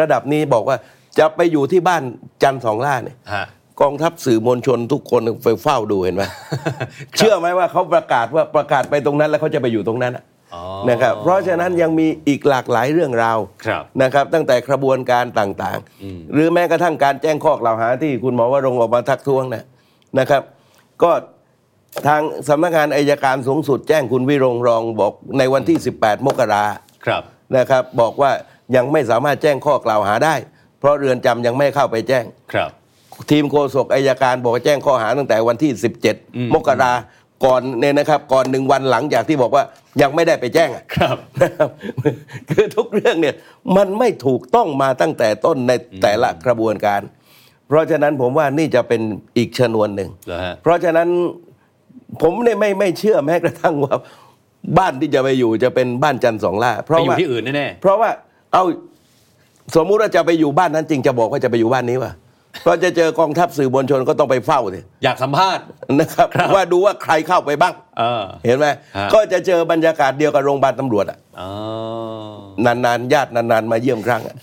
ระดับนี้บอกว่าจะไปอยู่ที่บ้านจันทร์สองล่าเนี่ย ฮะ กองทัพสื่อมวลชนทุกคนไปเฝ้าดูเห็นไหมเชื่อไหมว่าเขาประกาศว่าประกาศไปตรงนั้น แล้วเขาจะไปอยู่ตรงนั้นอะ อ๋อ นะครับ เพราะฉะนั้นยังมีอีกหลากหลายเรื่องราว ครับ นะครับ ตั้งแต่กระบวนการต่าง อืม ๆ หรือแม้กระทั่งการแจ้งข้อกล่าวหาที่คุณหมอวรงค์ออกมาทักท้วงนะนะครับ ก็ทางสำนักงานอายการสูงสุดแจ้งคุณวิรงรองบอกในวันที่ 18 มกรา ครับ นะครับ บอกว่ายังไม่สามารถแจ้งข้อกล่าวหาได้ เพราะเรือนจำยังไม่เข้าไปแจ้ง ครับ ทีมโฆษกอายการบอกว่าแจ้งข้อหาตั้งแต่วันที่ อืม 17 มกราก่อนเนี่ยนะครับ ก่อนหนึ่งวันหลังจากที่บอกว่ายังไม่ได้ไปแจ้งอะ ครับ นะครับ คือทุกเรื่องเนี่ยมันไม่ถูกต้องมาตั้งแต่ต้นในแต่ละกระบวนการ เพราะฉะนั้นผมว่านี่จะเป็นอีกชนวนหนึ่ง เหรอฮะ เพราะฉะนั้นผมเนี่ยไม่ไม่เชื่อแม้กระทั่งว่า บ้านที่จะไปอยู่จะเป็นบ้านจันทร์สองล่าเพ ไป ราะ อยู่ ว่า ที่อื่นแน่ เพราะว่าเอาสมมุติว่าจะไปอยู่บ้านนั้นจริงจะบอกว่าจะไปอยู่บ้านนี้วะเพราะจะเจอกองทัพสื่อมวลชนก็ต้องไปเฝ้าสิ ๆอยากสัมภาษณ์ นะครับ ครับ ว่าดูว่าใครเข้าไปบ้าง เออ เห็นไหม ฮะ ก็จะเจอบรรยากาศเดียวกับโรงพยาบาลตำรวจอะ อ๋อ นานๆญาตินานๆมาเยี่ยมครั้งอะ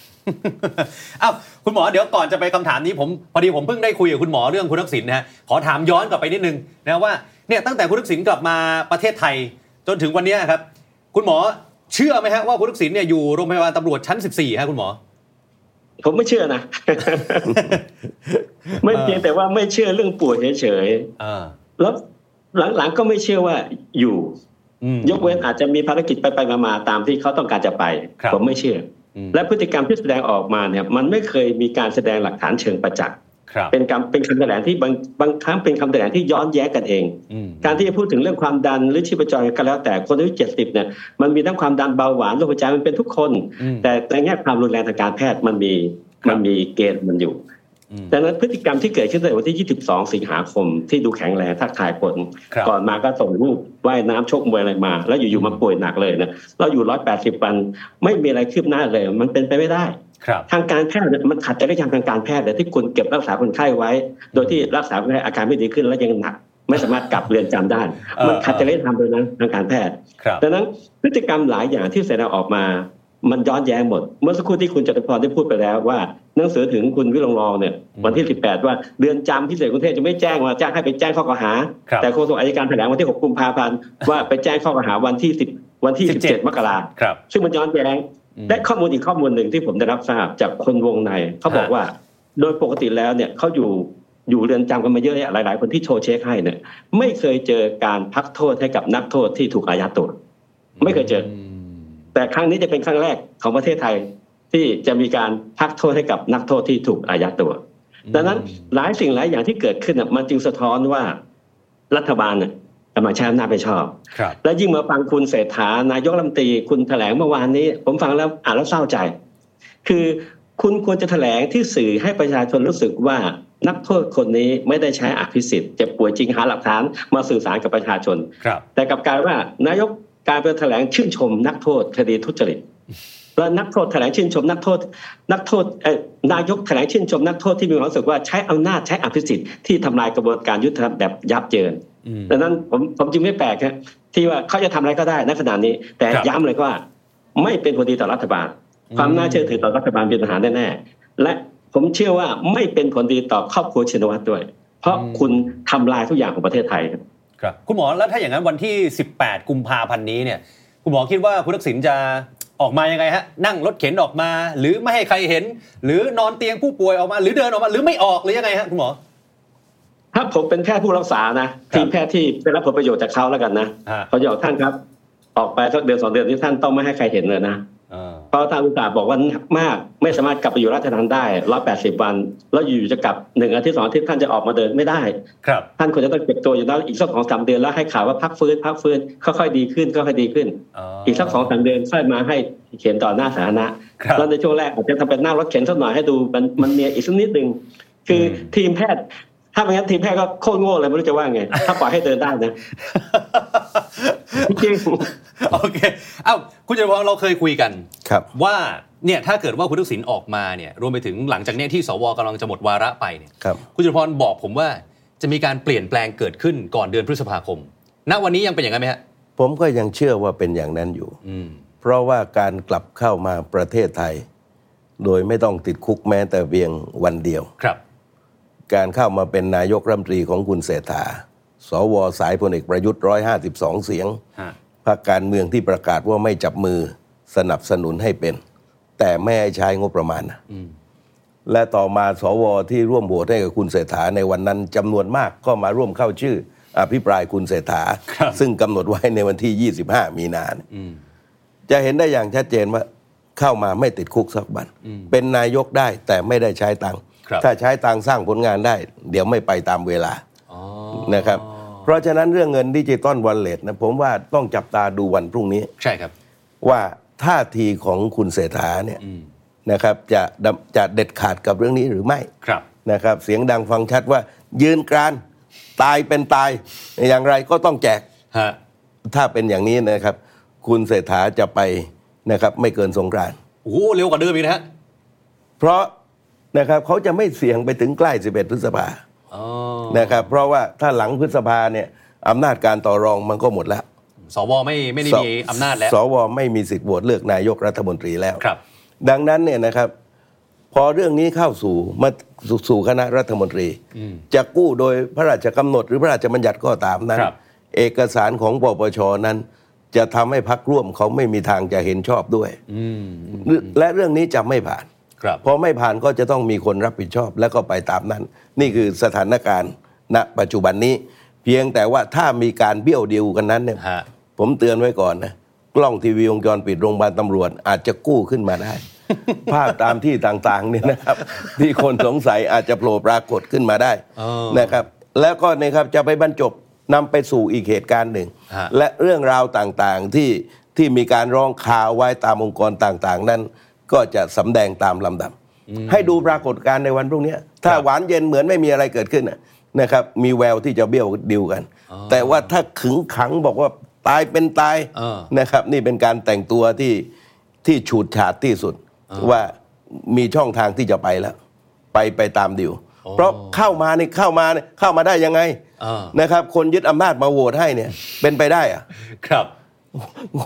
อ้าวคุณหมอเดี๋ยวก่อนจะไปคำถามนี้ผมพอดีผมเพิ่งได้คุยกับคุณหมอเรื่องคุณทักษิณนะฮะขอถามย้อนกลับไปนิดนึงนะว่าเนี่ยตั้งแต่คุณทักษิณกลับมาประเทศไทย จนถึงวันเนี้ยครับ คุณหมอเชื่อไหมฮะว่าคุณทักษิณเนี่ยอยู่โรงพยาบาลตำรวจชั้น 14ฮะคุณหมอ ผมไม่ เชื่อนะ ไม่เพียงแต่ว่าไม่เชื่อเรื่องป่วยเฉย อ่า ๆแล้วหลังๆก็ไม่เชื่อว่าอยู่ อืม ยกเว้นอาจจะมีภารกิจไปไปๆมาๆตามที่เขาต้องการจะไป ครับ ผมไม่เชื่ออ ม และพฤติกรรมที่แสดงออกมาเนี่ยมันไม่เคยมีการแสดงหลักฐานเชิงประจักษ์ ครับ เป็นคำเป็นคำแถลงที่บางบางครั้งเป็นคำแถลงที่ย้อนแย้งกันเอง อืม การที่จะพูดถึงเรื่องความดันหรือชีพจรก็แล้วแต่คนอายุเจ็ดสิบเนี่ยมันมีทั้งความดันเบาหวานโรคหัวใจมันเป็นทุกคน อืม แต่ในแง่ความรุนแรงทางการแพทย์มันมี ครับ มันมีเกณฑ์มันอยู่ อืม ดังนั้นพฤติกรรมที่เกิดขึ้นในวันที่ 22 สิงหาคม ที่ดูแข็งแรงทักทายคน ครับ ก่อนมาก็ส่งรูปว่ายน้ำชกมวยอะไรมา แล้วอยู่ๆมาป่วยหนักเลยนะเราอยู่ 180 วันไม่มีอะไรคืบหน้าเลย มันเป็นไปไม่ได้ ครับ ทางการแพทย์เนี่ยมันขัดจริยธรรมทางการแพทย์เลยที่คุณเก็บรักษาคนไข้ไว้ โดยที่รักษาคนไข้อาการไม่ดีขึ้นแล้วยังหนัก ไม่สามารถกลับเรือนจำได้ เออ มันขัดจริยธรรมโดยนั้นทางการแพทย์ ครับ ดังนั้นพฤติกรรมหลายอย่างที่แสดงออกมา มันย้อนแย้งหมด เมื่อสักครู่ที่คุณจตุพรได้พูดไปแล้วว่าหนังสือถึงคุณวิรงรองเนี่ย อืม วันที่ 18 ว่าเรือนจำพิเศษกรุงเทพจะไม่แจ้งว่าแจ้งให้ไปแจ้งข้อกล่าวหา ครับ แต่โฆษกอัยการแถลงวันที่ 6 กุมภาพันธ์ว่าไปแจ้งข้อกล่าวหาวันที่ 10 วันที่ 17 17 มกราคม ครับ ซึ่งมันย้อนแย้ง อืม และข้อมูลอีกข้อมูลหนึ่งที่ผมได้รับทราบจากคนวงในเขาบอก ฮะ ว่า โดยปกติแล้วเนี่ยเขาอยู่อยู่เรือนจำกันมาเยอะแยะหลาย ๆ คนที่โชว์เช็คให้เนี่ยไม่เคยเจอการพักโทษให้กับนักโทษที่ถูกอายัดตัว ไม่เคยเจอ ม แต่ครั้งนี้จะเป็นครั้งแรกของประเทศไทยที่จะมีการพักโทษให้กับนักโทษที่ถูกอายัดตัว ดังนั้นหลายสิ่งหลายอย่างที่เกิดขึ้นน่ะมันจึงสะท้อนว่ารัฐบาลน่ะกำลังใช้อำนาจไปชอบ ครับ และยิ่งมาฟังคุณเศรษฐานายกรัฐมนตรีคุณแถลงเมื่อวานนี้ ผมฟังแล้วอ่านแล้วเศร้าใจ คือคุณควรจะแถลงที่สื่อให้ประชาชนรู้สึกว่านักโทษคนนี้ไม่ได้ใช้อภิสิทธิ์เจ็บป่วยจริงหาหลักฐานมาสื่อสารกับประชาชน ครับ แต่กลับกลารว่านายกการไปแถลงชื่นชม นักโทษคดีทุจริตแล้วนักโทษแถลงชื่นชม นักโทษ นักโทษเอ่อนายกแถลงชื่นชม นักโทษที่มีความรู้สึกว่าใช้อำนาจใช้อภิสิทธิ์ที่ทำลายกระบวนการยุติธรรมแบบยับเยิน อืม ดังนั้นผมผมจึงไม่แปลกครับที่ว่าเขาจะทำอะไรก็ได้ในขณะนี้ แต่ ครับ ย้ำเลยว่า ไม่เป็นผลดีต่อรัฐบาล อืม ความน่าเชื่อถือต่อรัฐบาลเป็นปัญหาแน่ๆและผมเชื่อว่าไม่เป็นผลดีต่อครอบครัวชินวัตรด้วย เพราะคุณทำลายทุกอย่างของประเทศไทยครับ ครับคุณหมอแล้วถ้าอย่างนั้นวันที่ 18 กุมภาพันธ์นี้เนี่ย คุณหมอคิดว่าคุณทักษิณจะออกมายังไงฮะ นั่งรถเข็นออกมา หรือไม่ให้ใครเห็น หรือนอนเตียงผู้ป่วยออกมา หรือเดินออกมา หรือไม่ออกหรือยังไงฮะคุณหมอ ถ้าผมเป็นแพทย์ผู้รักษานะครับ ทีมแพทย์ที่ได้รับผลประโยชน์จากเขาแล้วกันนะ ฮะ เขาจะบอกท่านครับ ออกไปสักเดือนสองเดือนที่ท่านต้องไม่ให้ใครเห็นเลยนะ เออ เพราะท่านอุตส่าห์บอกว่าหนักมาก ไม่สามารถกลับไปอยู่ราชทานได้ร้อยแปดสิบวัน แล้วอยู่ๆจะกลับหนึ่งอาทิตย์สองอาทิตย์ท่านจะออกมาเดินไม่ได้ ครับ ท่านควรจะต้องเก็บตัวอยู่นั้นอีกสักสองสามเดือนแล้วให้ข่าวว่าพักฟื้นพักฟื้นค่อยๆดีขึ้นค่อยๆดีขึ้น อีกสัก สองสามเดือนค่อยมาให้เขียนต่อหน้าสาธารณะ ครับ แล้วในช่วงแรกอาจจะทำเป็นหน้ารถเข็นสักหน่อยให้ดูมันมันเนียนอีกสักนิดหนึ่งคืออทีมแพทย์ ถ้าไม่งั้นทีมแพทย์ก็โคตรโง่เลยไม่รู้จะว่าไง ถ้าปล่อยให้เดินได้นะ จริง โอเคเอ้าคุณจตุพรเราเคยคุยกัน ครับ ว่า เนี่ยถ้าเกิดว่าคุณทักษิณออกมาเนี่ยรวมไปถึงหลังจากเนี้ยที่สวกำลังจะหมดวาระไปเนี่ย ครับ คุณจุลพรบอกผมว่าจะมีการเปลี่ยนแปลงเกิดขึ้นก่อนเดือนพฤษภาคม ณ วันนี้ยังเป็นอย่างนั้นไหมฮะ ผมก็ยังเชื่อว่าเป็นอย่างนั้นอยู่ อืม เพราะว่าการกลับเข้ามาประเทศไทย โดยไม่ต้องติดคุกแม้แต่เพียงวันเดียว ครับ การเข้ามาเป็นนายกรัฐมนตรีของคุณเศรษฐา สวสายพลเอกประยุทธ์152 เสียง ฮะ พรรคการเมืองที่ประกาศว่าไม่จับมือสนับสนุนให้เป็น แต่ไม่ให้ใช้งบประมาณนะ อืม และต่อมาสวที่ร่วมโหวตให้กับคุณเศรษฐาในวันนั้นจำนวนมากก็มาร่วมเข้าชื่อ อภิปรายคุณเศรษฐา ครับ ซึ่งกำหนดไว้ในวันที่ 25 มีนาเนี่ย อืม จะเห็นได้อย่างชัดเจนว่าเข้ามาไม่ติดคุกสักบัน อืม เป็นนายกได้แต่ไม่ได้ใช้ตังค์ ครับ ถ้าใช้ตังค์สร้างผลงานได้ เดี๋ยวไม่ไปตามเวลา อ๋อ นะครับ เพราะฉะนั้นเรื่องเงินดิจิตอลวอลเล็ตนะผมว่าต้องจับตาดูวันพรุ่งนี้ ใช่ครับ ว่าท่าทีของคุณเศรษฐาเนี่ย อืม นะครับจะดำจะเด็ดขาดกับเรื่องนี้หรือไม่ ครับ นะครับ เสียงดังฟังชัดว่า ยืนกรานตายเป็นตาย อย่างไรก็ต้องแจก ฮะ ถ้าเป็นอย่างนี้นะครับ คุณเศรษฐาจะไปนะครับ ไม่เกินสงกรานต์ โอ้โหเร็วกว่าเดิมอีกนะฮะ เพราะนะครับเขาจะไม่เสี่ยงไปถึงใกล้ 11 พฤษภา อ๋อ นะครับ เพราะว่าถ้าหลังพฤษภาเนี่ยอำนาจการต่อรองมันก็หมดแล้ว สวไม่ไม่ได้มีอำนาจแล้ว สวไม่มีสิทธิ์โหวตเลือกนายกรัฐมนตรีแล้ว ครับ ดังนั้นเนี่ยนะครับ พอเรื่องนี้เข้าสู่มาสู่สู่คณะรัฐมนตรี อืม จะกู้โดยพระราชกำหนดหรือพระราชบัญญัติก็ตามนั้น ครับ เอกสารของปปชนั้น จะทำให้พักร่วมเขาไม่มีทางจะเห็นชอบด้วย อืมอืม และเรื่องนี้จะไม่ผ่าน ครับ พอไม่ผ่านก็จะต้องมีคนรับผิดชอบแล้วก็ไปตามนั้น นี่คือสถานการณ์ณปัจจุบันนี้ เพียงแต่ว่าถ้ามีการเบี้ยวดิวกันนั้นเนี่ย ฮะ ผมเตือนไว้ก่อนนะ กล้องทีวีวงจรปิดโรงพยาบาลตำรวจ อาจจะกู้ขึ้นมาได้ ภาพตามที่ต่างๆเนี่ยนะครับ ที่คนสงสัยอาจจะโผล่ปรากฏขึ้นมาได้ เออ นะครับ แล้วก็นะครับจะไปบรรจบนำไปสู่อีกเหตุการณ์หนึ่ง ฮะ และเรื่องราวต่างๆที่ที่มีการร้องข่าวไว้ตามองค์กรต่างๆ นั้น ก็จะสำแดงตามลำดับ ให้ดูปรากฏการณ์ในวันพรุ่งนี้ ถ้าหวานเย็นเหมือนไม่มีอะไรเกิดขึ้นน่ะนะครับ มีแววที่จะเบี้ยวดิวกัน แต่ว่าถ้าขึงขังบอกว่าตายเป็นตาย เออ นะครับ นี่เป็นการแต่งตัวที่ที่ฉูดฉาดที่สุด ว่ามีช่องทางที่จะไปแล้ว ไปไปตามดิว โอ้ เพราะเข้ามานี่เข้ามานี่เข้ามาได้ยังไง เออ นะครับ คนยึดอำนาจมาโหวตให้เนี่ย เป็นไปได้อะ ครับ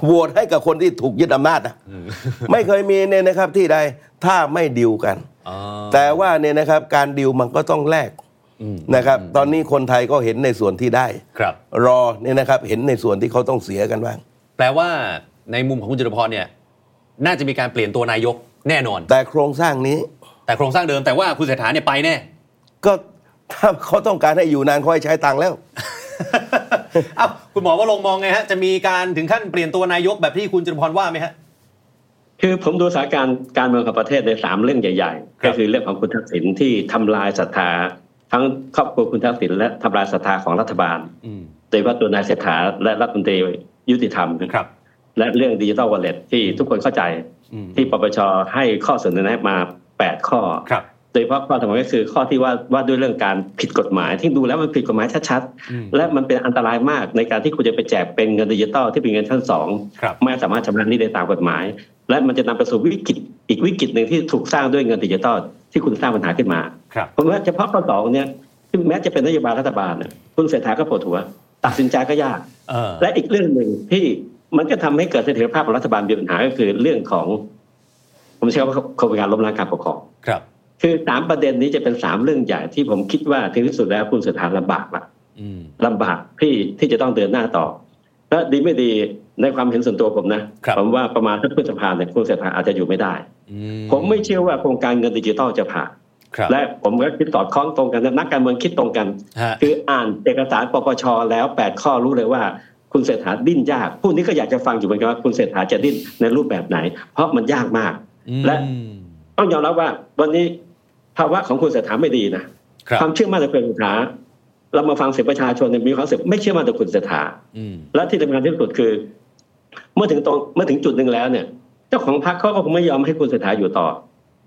โหวตให้กับคนที่ถูกยึดอำนาจนะไม่เคยมีเนี่ยนะครับที่ใดถ้าไม่ดิวกัน อ๋อ แต่ว่าเนี่ยนะครับการดิวมันก็ต้องแลก อืม นะครับ ตอนนี้คนไทยก็เห็นในส่วนที่ได้ ครับ รอเนี่ยนะครับเห็นในส่วนที่เขาต้องเสียกันบ้าง แปลว่าในมุมของคุณจุลพรเนี่ย น่าจะมีการเปลี่ยนตัวนายกแน่นอน แต่โครงสร้างนี้ แต่โครงสร้างเดิมแต่ว่าคุณเศรษฐาเนี่ยไปแน่ ก็ถ้าเขาต้องการให้อยู่นานเขาให้ใช้ตังค์แล้ว เอ้าคุณหมอว่าลงค์มองไงฮะ จะมีการถึงขั้นเปลี่ยนตัวนายกแบบที่คุณจุลพรว่าไหมฮะ คือผมดูสถานการณ์การเมืองของประเทศในสามเรื่องใหญ่ ครับๆก็คือเรื่องของคุณทักษิณที่ทำลายศรัทธาทั้งครอบครัวคุณทักษิณและทำลายศรัทธาของรัฐบาล อืม โดยเฉพาะตัวนายเศรษฐาและรัฐมนตรียุติธรรม ครับ และเรื่องดิจิ t a ลวอลเล็ตที่ทุกคนเข้าใจ อืม ที่ปปชให้ข้อเสนอแนะมา 8 ข้อ ครับ โดยเฉพาะข้อสำคัญก็คือข้อที่ว่าว่าด้วยเรื่องการผิดกฎหมายที่ดูแล้วมันผิดกฎหมายชัด อืม ๆและมันเป็นอันตรายมากในการที่คุณจะไปแจกเป็นเงินดิจิตอลที่เป็นเงินชั้นสอง ครับ ไม่สามารถชำระหนี้ได้ตามกฎหมาย และมันจะนำไปสู่วิกฤตอีกวิกฤตหนึ่งที่ถูกสร้างด้วยเงินดิจิตอลที่คุณสร้างปัญหาขึ้นมา ครับ ผมว่าเฉพาะข้อสองเนี่ยที่แม้จะเป็นนโยบายรัฐบาลเนี่ยคุณเศรษฐาก็ปวดหัว ตัดสินใจก็ยาก เออ และอีกเรื่องหนึ่งที่มันก็ทำให้เกิดเสถียรภาพของรัฐบาลมีปัญหาก็คือเรื่องของ ผมเชื่อว่าเขาเป็นการล้มล้างการปกครอง ครับ คือสามประเด็นนี้จะเป็นสามเรื่องใหญ่ที่ผมคิดว่าถึงที่สุดแล้วคุณเศรษฐาลำบากละ อืม ลำบากที่ที่จะต้องเดินหน้าต่อ และดีไม่ดีในความเห็นส่วนตัวผมนะครับ ผมว่าประมาณทักพฤษภาเนี่ยคุณเศรษฐาอาจจะอยู่ไม่ได้ อื ผมไม่เชื่อว่าโครงการเงินดิจิทัลจะผ่าน ครับ และผมก็คิดสอดคล้องตรงกันนักการเมืองคิดตรงกัน ฮะ คืออ่านเอกสารปปชแล้วแปดข้อรู้เลยว่า คุณเศรษฐาดิ้นยากผู้นี้ก็อยากจะฟังอยู่เหมือนกันว่าคุณเศรษฐาจะดิ้นในรูปแบบไหน เพราะมันยากมาก อืม และ ต้องยอมรับว่า วันนี้ภาวะของคุณเศรษฐาไม่ดีนะ ครับ ความเชื่อมั่นในคุณเศรษฐาเรามาฟังเสียงประชาชนเนี่ยมีความรู้สึกไม่เชื่อมั่นต่อคุณเศรษฐา อืม และที่สำคัญที่สุดคือ เมื่อถึงตรงเมื่อถึงจุดหนึ่งแล้วเนี่ย เจ้าของพรรคเขาก็คงไม่ยอมให้คุณเศรษฐาอยู่ต่อ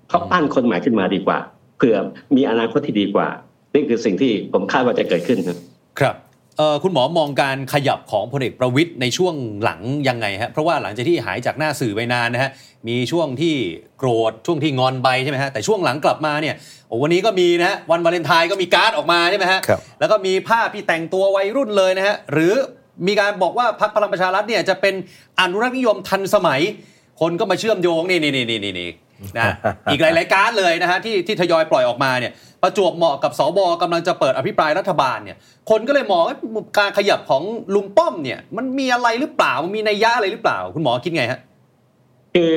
เขาปั้นคนใหม่ขึ้นมาดีกว่าเผื่อมีอนาคตที่ดีกว่า นี่คือสิ่งที่ผมคาดว่าจะเกิดขึ้นครับ ครับ เ เอ่อคุณหมอมองการขยับของพลเอกประวิทย์ในช่วงหลังยังไงฮะเพราะว่าหลังจากที่หายจากหน้าสื่อไปนานนะฮะมีช่วงที่โกรธช่วงที่งอนไปใช่ไหมฮะแต่ช่วงหลังกลับมาเนี่ยโอ้วันนี้ก็มีนะฮะวันวาเลนไทน์ก็มีการ์ดออกมาใช่ไหมฮะ ครับ แล้วก็มีภาพที่แต่งตัววัยรุ่นเลยนะฮะหรือมีการบอกว่าพรรคพลังประชารัฐเนี่ยจะเป็นอนุรักษ์นิยมทันสมัย คนก็มาเชื่อมโยงนี่นี่นี่นี่นี่นะ อีกหลาย ๆ การดเลยนะฮะที่ที่ทยอยปล่อยออกมาเนี่ยประจวบเหมาะกับสบกำลังจะเปิดอภิปรายรัฐบาลเนี่ยคนก็เลยมองว่าการขยับของลุงป้อมเนี่ยมันมีอะไรหรือเปล่ามันมีนัยยะอะไรหรือเปล่า คุณหมอคิดไงฮะ คือ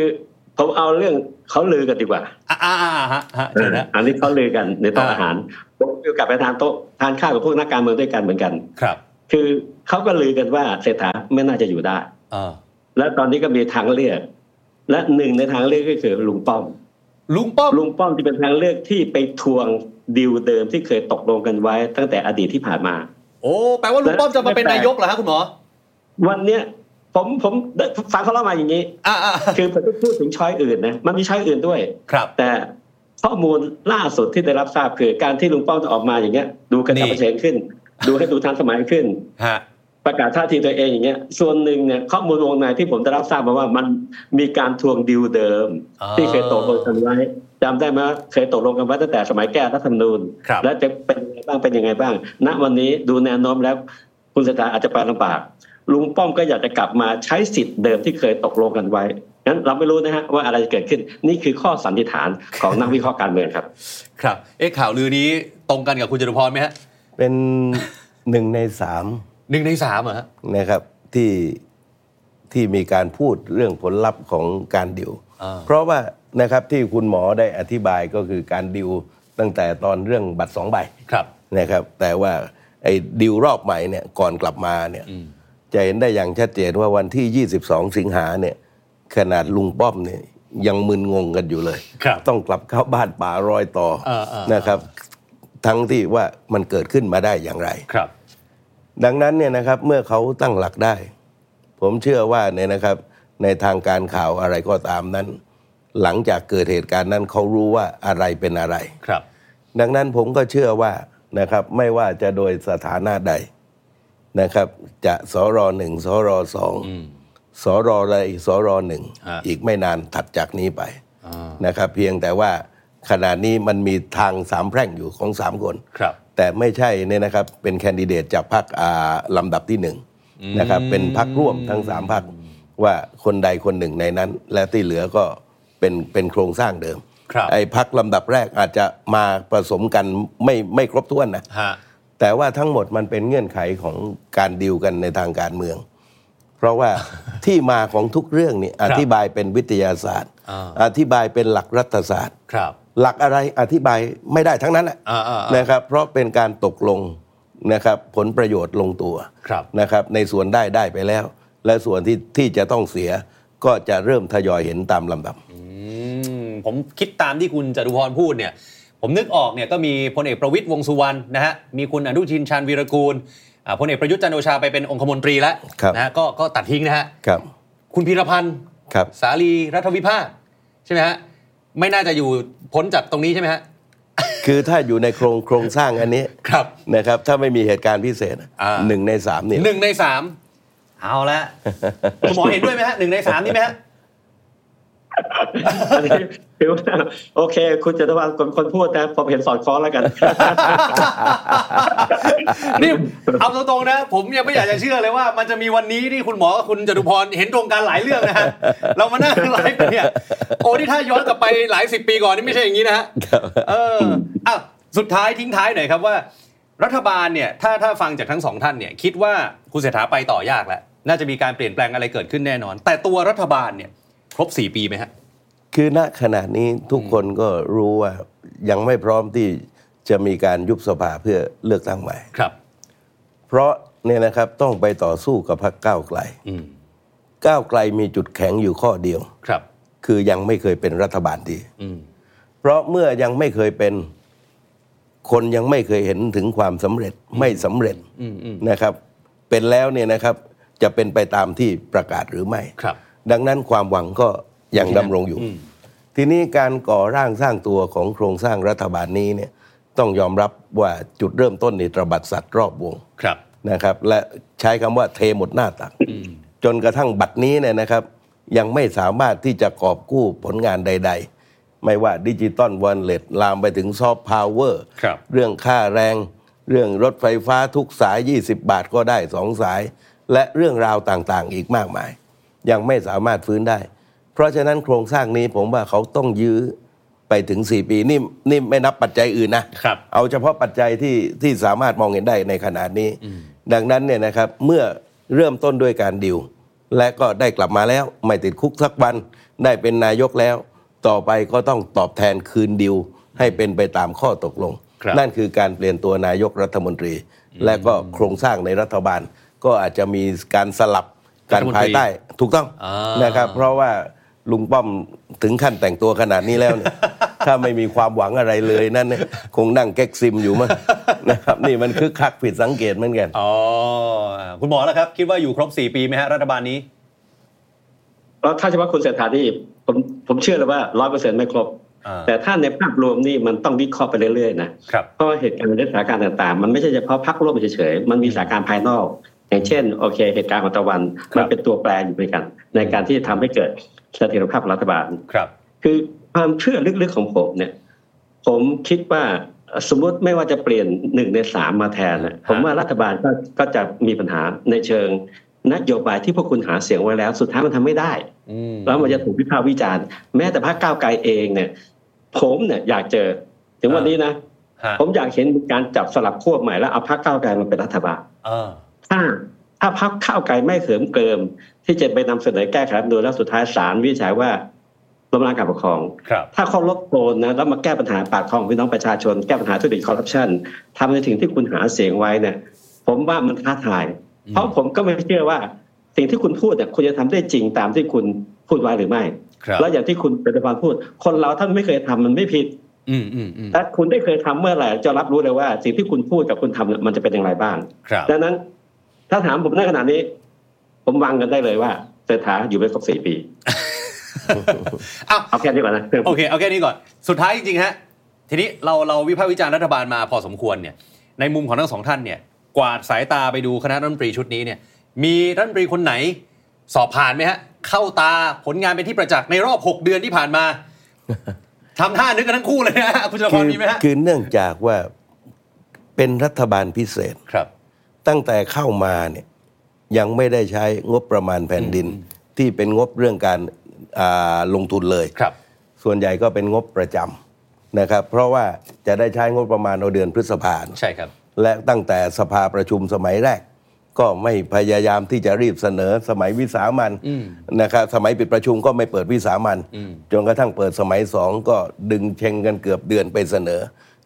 ผมเอาเรื่องเขาลือกันดีกว่า อ่าอ่าอ่าฮะฮะเดี๋ยวนะ อันนี้เขาลือกันในโต๊ะ อ่า อาหารผมมีโอกาสไปทานโต๊ะทานข้าวกับพวกนักการเมืองด้วยกันเหมือนกัน ครับ คือเขาก็ลือกันว่าเศรษฐาไม่น่าจะอยู่ได้ เออ และตอนนี้ก็มีทางเลือก และหนึ่งในทางเลือกก็คือลุงป้อม ลุงป้อม ลุงป้อมจะเป็นทางเลือกที่ไปทวงดีลเดิมที่เคยตกลงกันไว้ ตั้งแต่อดีตที่ผ่านมา โอ้แปลว่าลุงป้อมจะมาเป็นนายกเหรอฮะคุณหมอ วันเนี้ยผมผมได้ฟังเขาเล่ามาอย่างนี้ อ่าอ่า คือผมไม่พูดถึงช้อยอื่นนะมันมีช้อยอื่นด้วย ครับ แต่ข้อมูลล่าสุดที่ได้รับทราบคือการที่ลุงป้อมจะออกมาอย่างเงี้ย ดูกระฉับกระเฉงขึ้น ดูให้ดูทันสมัยขึ้น ฮะ ประกาศท่าทีตัวเองอย่างเงี้ยส่วนหนึ่งเนี่ยข้อมูลวงในที่ผมได้รับทราบมาว่ามันมีการทวงดีลเดิม อ๋อ ที่เคยตกลงกันไว้จำได้ไหมว่าเคยตกลงกันไว้ตั้งแต่สมัยแก้รัฐธรรมนูญ ครับ และจะเป็นยังไงบ้างเป็นยังไงบ้าง ณวันนี้ดูแนวโน้มแล้ว คุณเศรษฐาอาจจะไปลำบาก ลุงป้อมก็อยากจะกลับมาใช้สิทธิ์เดิมที่เคยตกลงกันไว้งั้นเราไม่รู้นะฮะว่าอะไรจะเกิดขึ้นนี่คือข้อสันนิษฐานของนักวิเคราะห์การเมือง ครับ ครับเอ๊ะข่าวลือนี้ตรงกันกับคุณจตุพรไหมฮะ เป็นหนึ่งในสาม หนึ่งในสามเหรอฮะ นะครับที่ที่มีการพูดเรื่องผลลัพธ์ของการดิว อ่า เพราะว่านะครับที่คุณหมอได้อธิบายก็คือการดิวตั้งแต่ตอนเรื่องบัตรสองใบ ครับ นะครับแต่ว่าไอ้ดิวรอบใหม่เนี่ยก่อนกลับมาเนี่ย อืม จะเห็นได้อย่างชัดเจนว่าวันที่ 22 สิงหาเนี่ยขนาดลุงป้อมเนี่ยยังมึนงงกันอยู่เลย ครับ ต้องกลับเข้าบ้านป่ารอยต่อ เออเออ นะครับ ทั้งที่ว่ามันเกิดขึ้นมาได้อย่างไร ครับ ดังนั้นเนี่ยนะครับเมื่อเขาตั้งหลักได้ ผมเชื่อว่าเนี่ยนะครับ ในทางการข่าวอะไรก็ตามนั้น หลังจากเกิดเหตุการณ์นั้นเขารู้ว่าอะไรเป็นอะไร ครับ ดังนั้นผมก็เชื่อว่านะครับไม่ว่าจะโดยสถานะใดนะครับ จะสรหนึ่งสรสอง อืม สรอะไรสรหนึ่ง ฮะ อีกไม่นานถัดจากนี้ไป อ่า นะครับ เพียงแต่ว่าขณะนี้มันมีทางสามแพร่งอยู่ของสามคน ครับ แต่ไม่ใช่เนี่ยนะครับเป็นแคนดิเดตจากพรรคอ่าลำดับที่หนึ่งนะครับ อืม เป็นพรรคร่วมทั้งสามพรรคว่าคนใดคนหนึ่งในนั้น และที่เหลือก็เป็นเป็นโครงสร้างเดิม ครับ ไอ้พักลำดับแรกอาจจะมาผสมกันไม่ไม่ครบถ้วนนะ ฮะ แต่ว่าทั้งหมดมันเป็นเงื่อนไขของการดิวกันในทางการเมือง เพราะว่า ที่มาของทุกเรื่องนี่อธิบายเป็นวิทยาศาสตร์ อ่า อธิบายเป็นหลักรัฐศาสตร์ ครับ หลักอะไรอธิบายไม่ได้ทั้งนั้นแหละ อ่าอ่าอ่า นะครับ เพราะเป็นการตกลงนะครับ ผลประโยชน์ลงตัว ครับ นะครับ ในส่วนได้ได้ไปแล้ว และส่วนที่ที่จะต้องเสียก็จะเริ่มทยอยเห็นตามลำดับ อืมผมคิดตามที่คุณจตุพรพูดเนี่ย ผมนึกออกเนี่ยก็มีพลเอกประวิตยวงษ์สุวรรณนะฮะมีคุณอนุทินชาญวีรกูลอ่าพลเอกประยุทธ์จันทร์โอชาไปเป็นองคมนตรีแล้ว ครับ นะฮะก็ก็ตัดทิ้งนะฮะ ครับ คุณพีรพันธ์ ครับ สาลีรัฐวิภาคใช่ไหมฮะไม่น่าจะอยู่พ้นจากตรงนี้ใช่ไหมฮะ คือถ้าอยู่ในโครงโครงสร้างอันนี้ ครับ นะครับ ถ้าไม่มีเหตุการณ์พิเศษนะ อ่า หนึ่งในสามเนี่ย หนึ่งในสามเอาละคุณหมอเห็นด้วยไหมฮะหนึ่งในสามนี่ไหมฮะ อันนี้ถือว่าโอเค คุณจตุวันเป็นคนพูดนะผมเห็นสอดคล้องแล้วกัน นี่เอาตรงๆนะ ผมยังไม่อยากจะเชื่อเลยว่า มันจะมีวันนี้ที่คุณหมอกับคุณจตุพรเห็นตรงกันหลายเรื่องนะฮะเรามานั่งไลฟ์กันเนี่ยโอ้นี่ถ้าย้อนกลับไปหลายสิบปีก่อนนี่ไม่ใช่อย่างนี้นะฮะเอออ่ะสุดท้ายทิ้งท้ายหน่อยครับว่า รัฐบาลเนี่ยถ้าถ้าฟังจากทั้งสองท่านเนี่ยคิดว่าคุณเศรษฐาไปต่อยากแล้วน่าจะมีการเปลี่ยนแปลงอะไรเกิดขึ้นแน่นอน แต่ตัวรัฐบาลเนี่ยครบสี่ปีไหมฮะ คือณขณะนี้ทุกคนก็รู้ว่ายังไม่พร้อมที่จะมีการยุบสภาเพื่อเลือกตั้งใหม่ ครับ เพราะเนี่ยนะครับต้องไปต่อสู้กับพรรคก้าวไกล อืม ก้าวไกลมีจุดแข็งอยู่ข้อเดียว ครับ คือยังไม่เคยเป็นรัฐบาลดี อืม เพราะเมื่อยังไม่เคยเป็นคนยังไม่เคยเห็นถึงความสำเร็จไม่สำเร็จ อืมอืม นะครับ เป็นแล้วเนี่ยนะครับจะเป็นไปตามที่ประกาศหรือไม่ ครับ ดังนั้นความหวังก็ยังดำรงอยู่ อืม ทีนี้การก่อร่างสร้างตัวของโครงสร้างรัฐบาลนี้เนี่ยต้องยอมรับว่าจุดเริ่มต้นในตรบัดสัตว์รอบวง ครับ นะครับ และใช้คำว่าเทหมดหน้าตัก จนกระทั่งบัดนี้เนี่ยนะครับ ยังไม่สามารถที่จะกอบกู้ผลงานใด ๆ ไม่ว่าดิจิตอลวอลเล็ตลามไปถึงซอฟต์พาวเวอร์ ครับ เรื่องค่าแรง เรื่องรถไฟฟ้าทุกสาย 20 บาทก็ได้สองสาย และเรื่องราวต่างๆ อีกมากมาย ยังไม่สามารถฟื้นได้ เพราะฉะนั้นโครงสร้างนี้ผมว่าเขาต้องยื้อไปถึง 4 ปีนี่นี่ไม่นับปัจจัยอื่นนะ ครับ เอาเฉพาะปัจจัยที่ที่สามารถมองเห็นได้ในขณะนี้ ดังนั้นเนี่ยนะครับเมื่อเริ่มต้นด้วยการดิว และก็ได้กลับมาแล้ว ไม่ติดคุกสักวัน ได้เป็นนายกแล้ว ต่อไปก็ต้องตอบแทนคืนดิว ให้เป็นไปตามข้อตกลง ครับ นั่นคือการเปลี่ยนตัวนายกรัฐมนตรี และก็โครงสร้างในรัฐบาล ก็อาจจะมีการสลับการภายใต้ถูกต้อง อ่าน นะครับ เพราะว่าลุงป้อมถึงขั้นแต่งตัวขนาดนี้แล้วเนี่ย ถ้าไม่มีความหวังอะไรเลยนั่นเนี่ยคงนั่งแก๊กซิมอยู่มั้ง นะครับ นี่มันคึกคักผิดสังเกตเหมือนกัน อ๋อคุณหมอแล้วครับ คิดว่าอยู่ครบ 4 ปีไหมฮะรัฐบาลนี้ แล้วถ้าเฉพาะคุณเศรษฐานี่ผมผมเชื่อเลยว่าร้อยเปอร์เซ็นต์ไม่ครบ อ่า แต่ถ้าในภาพรวมนี่มันต้องวิเคราะห์ไปเรื่อยๆนะ ครับ เพราะว่าเหตุการณ์และสถานการณ์ต่างๆ มันไม่ใช่เฉพาะพักร่วมเฉยๆ มันมีสถานการณ์ภายนอก อย่างเช่นโอเค เหตุการณ์ของตะวัน ครับ มันเป็นตัวแปรอยู่เหมือนกัน ในการที่จะทำให้เกิดเสถียรภาพของรัฐบาล ครับ คือความเชื่อลึกๆของผมเนี่ย ผมคิดว่าสมมติไม่ว่าจะเปลี่ยนหนึ่งในสามมาแทนน่ะผมว่ารัฐบาลก็ก็จะมีปัญหาในเชิงนโยบายที่พวกคุณหาเสียงไว้แล้ว สุดท้ายมันทำไม่ได้ อืม แล้วมันจะถูกวิพากษ์วิจารณ์ แม้แต่พรรคก้าวไกลเองเนี่ย ผมเนี่ยอยากเจอ ถึงวันนี้นะ ฮะ ผมอยากเห็นการจับสลับขั้วใหม่แล้วเอาพรรคก้าวไกลมาเป็นรัฐบาล เออ ถ้าถ้าพรรคก้าวไกลไม่เขิมเกริม ที่จะไปนำเสนอแก้ไขรัฐธรรมนูญแล้วสุดท้ายศาลวินิจฉัยว่าล้มล้างการปกครอง ครับ ถ้าเขาลดโกนนะแล้วมาแก้ปัญหาปากท้องของพี่น้องประชาชน แก้ปัญหาทุจริตคอร์รัปชันทำในสิ่งที่คุณหาเสียงไว้เนี่ย ผมว่ามันท้าทาย อืม เพราะผมก็ไม่เชื่อว่า สิ่งที่คุณพูดเนี่ยคุณจะทำได้จริงตามที่คุณพูดไว้หรือไม่ ครับ แล้วอย่างที่คุณเป็นพานพูด คนเราถ้าไม่เคยทำมันไม่ผิด อืมอืมอืม ถ้าคุณได้เคยทำเมื่อไหร่จะรับรู้เลยว่า สิ่งที่คุณพูดกับคุณทำเนี่ยมันจะเป็นอย่างไรบ้าง ครับ ดังนั้นถ้าถามผมในขณะนี้ ผมวางกันได้เลยว่าเศรษฐาอยู่ไปครบสี่ปี อ้าว เอาแค่นี้ก่อนนะ โอเค เอาแค่นี้ก่อน สุดท้ายจริงๆ ฮะ ทีนี้เราเราวิพากษ์วิจารณ์รัฐบาลมาพอสมควรเนี่ย ในมุมของทั้งสองท่านเนี่ย กวาดสายตาไปดูคณะรัฐมนตรีชุดนี้เนี่ย มีรัฐมนตรีคนไหน สอบผ่านไหมฮะ เข้าตาผลงานเป็นที่ประจักษ์ในรอบ 6 เดือนที่ผ่านมา ทำท่านึกกันทั้งคู่เลยนะฮะคุณจุลพรมีไหมฮะ คือเนื่องจากว่าเป็นรัฐบาลพิเศษ ครับ ตั้งแต่เข้ามาเนี่ยยังไม่ได้ใช้งบประมาณแผ่นดิน ที่เป็นงบเรื่องการอ่าลงทุนเลย ครับ ส่วนใหญ่ก็เป็นงบประจำนะครับ เพราะว่าจะได้ใช้งบประมาณเอาเดือนพฤษภาคม ใช่ครับ และตั้งแต่สภาประชุมสมัยแรก ก็ไม่พยายามที่จะรีบเสนอสมัยวิสามัน อืม นะครับสมัยปิดประชุมก็ไม่เปิดวิสามัน อืม จนกระทั่งเปิดสมัยสองก็ดึงเชงกันเกือบเดือนไปเสนอ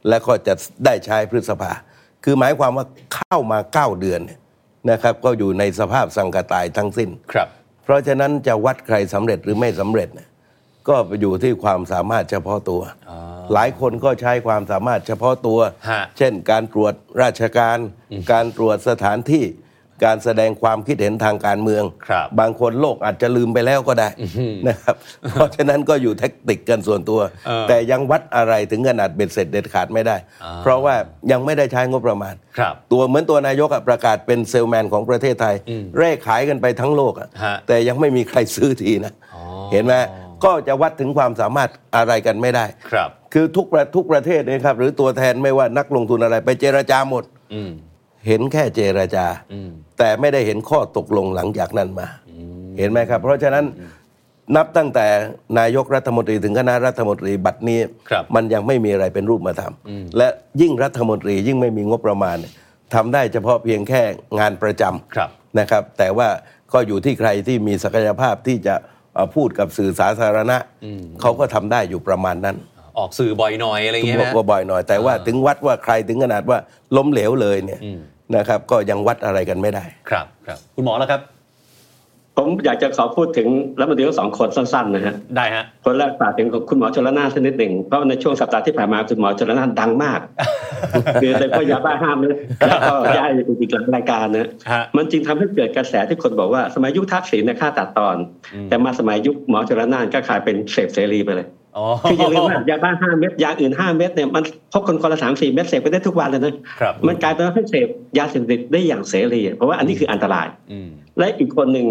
และก็จะได้ใช้พฤษภา คือหมายความว่าเข้ามาเก้าเดือนเนี่ยนะครับ ก็อยู่ในสภาพสังกตายทั้งสิ้น ครับ เพราะฉะนั้นจะวัดใครสำเร็จหรือไม่สำเร็จเนี่ยก็อยู่ที่ความสามารถเฉพาะตัว หลายคนก็ใช้ความสามารถเฉพาะตัว ฮะ เช่น การตรวจราชการ การตรวจสถานที่ การแสดงความคิดเห็นทางการเมือง ครับ บางคนโลกอาจจะลืมไปแล้วก็ได้นะครับ เพราะฉะนั้นก็อยู่แท็กติกกันส่วนตัว เออ แต่ยังวัดอะไรถึงขนาดเบ็ดเสร็จเด็ดขาดไม่ได้ อ่า เพราะว่ายังไม่ได้ใช้งบประมาณ ครับ ตัวเหมือนตัวนายกอะประกาศเป็นเซลแมนของประเทศไทย อืม เร่ขายกันไปทั้งโลกอะ ฮะ แต่ยังไม่มีใครซื้อทีนะ อ๋อ เห็นไหมก็จะวัดถึงความสามารถอะไรกันไม่ได้ ครับ คือทุกประทุกประเทศเนะครับ หรือตัวแทนไม่ว่านักลงทุนอะไรไปเจรจาหมด อืม เห็นแค่เจรจา อืม แต่ไม่ได้เห็นข้อตกลงหลังจากนั้นมา เห็นไหมครับ เพราะฉะนั้นนับตั้งแต่นายกรัฐมนตรีถึงคณะรัฐมนตรีบัตรนี้ ครับ มันยังไม่มีอะไรเป็นรูปมาทำและยิ่งรัฐมนตรียิ่งไม่มีงบประมาณเนี่ยทำได้เฉพาะเพียงแค่งานประจำ ครับ นะครับ แต่ว่าก็อยู่ที่ใครที่มีศักยภาพที่จะเอ่อพูดกับสื่อสาธารณะ อืม เขาก็ทำได้อยู่ประมาณนั้น ออกสื่อบ่อยหน่อยอะไร ถึง เงี้ย บอก นะ ว่าบ่อยหน่อยแต่ว่า อ่า ถึงวัดว่าใครถึงขนาดว่าล้มเหลวเลยเนี่ย อืม นะครับก็ยังวัดอะไรกันไม่ได้ ครับ ครับ คุณหมอแล้วครับ ผมอยากจะขอพูดถึงรัฐมนตรีทั้งสองคนสั้นๆนะฮะ ได้ฮะ คนแรกฝากถึงคุณหมอชลนานสักนิดหนึ่งเพราะในช่วงสัปดาห์ที่ผ่านมาคุณหมอชลนานดังมาก คือเลยก็ยาบ้าห้ามเลยแล้วก็ย้ายไปอีกหลังรายการนะ ฮะ มันจึงทำให้เกิดกระแสที่คนบอกว่าสมัยยุคทักษิณนะฆ่าตัดตอน แต่มาสมัยยุคหมอชลนานก็กลายเป็นเสพเสรีไปเลย อ๋อ คืออย่าลืมว่ายาบ้าห้าเม็ดยาอื่นห้าเม็ดเนี่ยมันพบคนคนละสามสี่เม็ดเสพไปได้ทุกวันเลยนะครับ มันกลายเป็นว่าให้เสพยาเสพติดได้อย่างเสรีเพราะว่าอันนี้คืออันตราย อืม และอีกคนหนึ่ง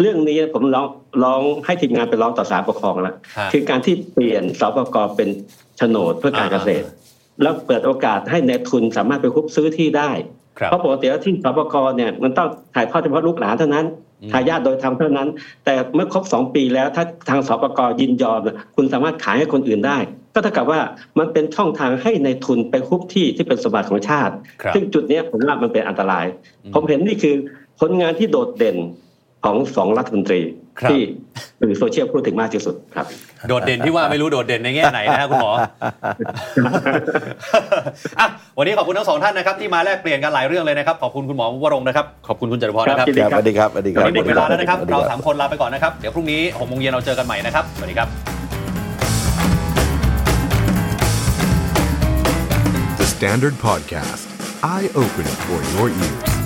เรื่องนี้ผมร้องร้องให้ทีมงานไปร้องต่อศาลปกครองแล้ว ฮะ คือการที่เปลี่ยนสปกเป็นโฉนดเพื่อการเกษตร อ่ แล้วเปิดโอกาสให้ในายทุนสามารถไปคุบซื้อที่ได้ ครับ เพราะปกติแล้วที่สปกเนี่ยมันต้องถ่ายทอดเฉพาะลูกหลานเท่านั้น อืม ทายาทโดยธรรมเท่านั้น แต่เมื่อครบสองปีแล้วถ้าทางสปกยินยอม คุณสามารถขายให้คนอื่นได้ ก็เท่ากับว่ามันเป็นช่องทางให้ในายทุนไปคุบที่ที่เป็นสมบัติของชาติ ครับ ซึ่งจุดเนี้ยผมว่ามันเป็นอันตราย อืม ผมเห็นนี่คือผลงานที่โดดเด่นของสองรัฐมนตรี ครับ ที่สื่อโซเชียลพูดถึงมากที่สุดครับ โดดเด่นที่ว่าไม่รู้โดดเด่นในแง่ไหนนะฮะคุณหมอ อ่ะวันนี้ขอบคุณทั้งสองท่านนะครับ ที่มาแลกเปลี่ยนกันหลายเรื่องเลยนะครับ ขอบคุณคุณหมอวรงค์นะครับ ขอบคุณคุณจตุพรนะครับ ครับยิน ครับสวัสดีครับสวัสดีค วั รั น บ นี้หมดเวลาแล้วนะครับ เราสามคนลาไปก่อนนะครับ เดี๋ยวพรุ่งนี้หกโมงเย็นเราเจอกันใหม่นะครับ สวัสดีครับ The Standard Podcast. Eye opening for your ears.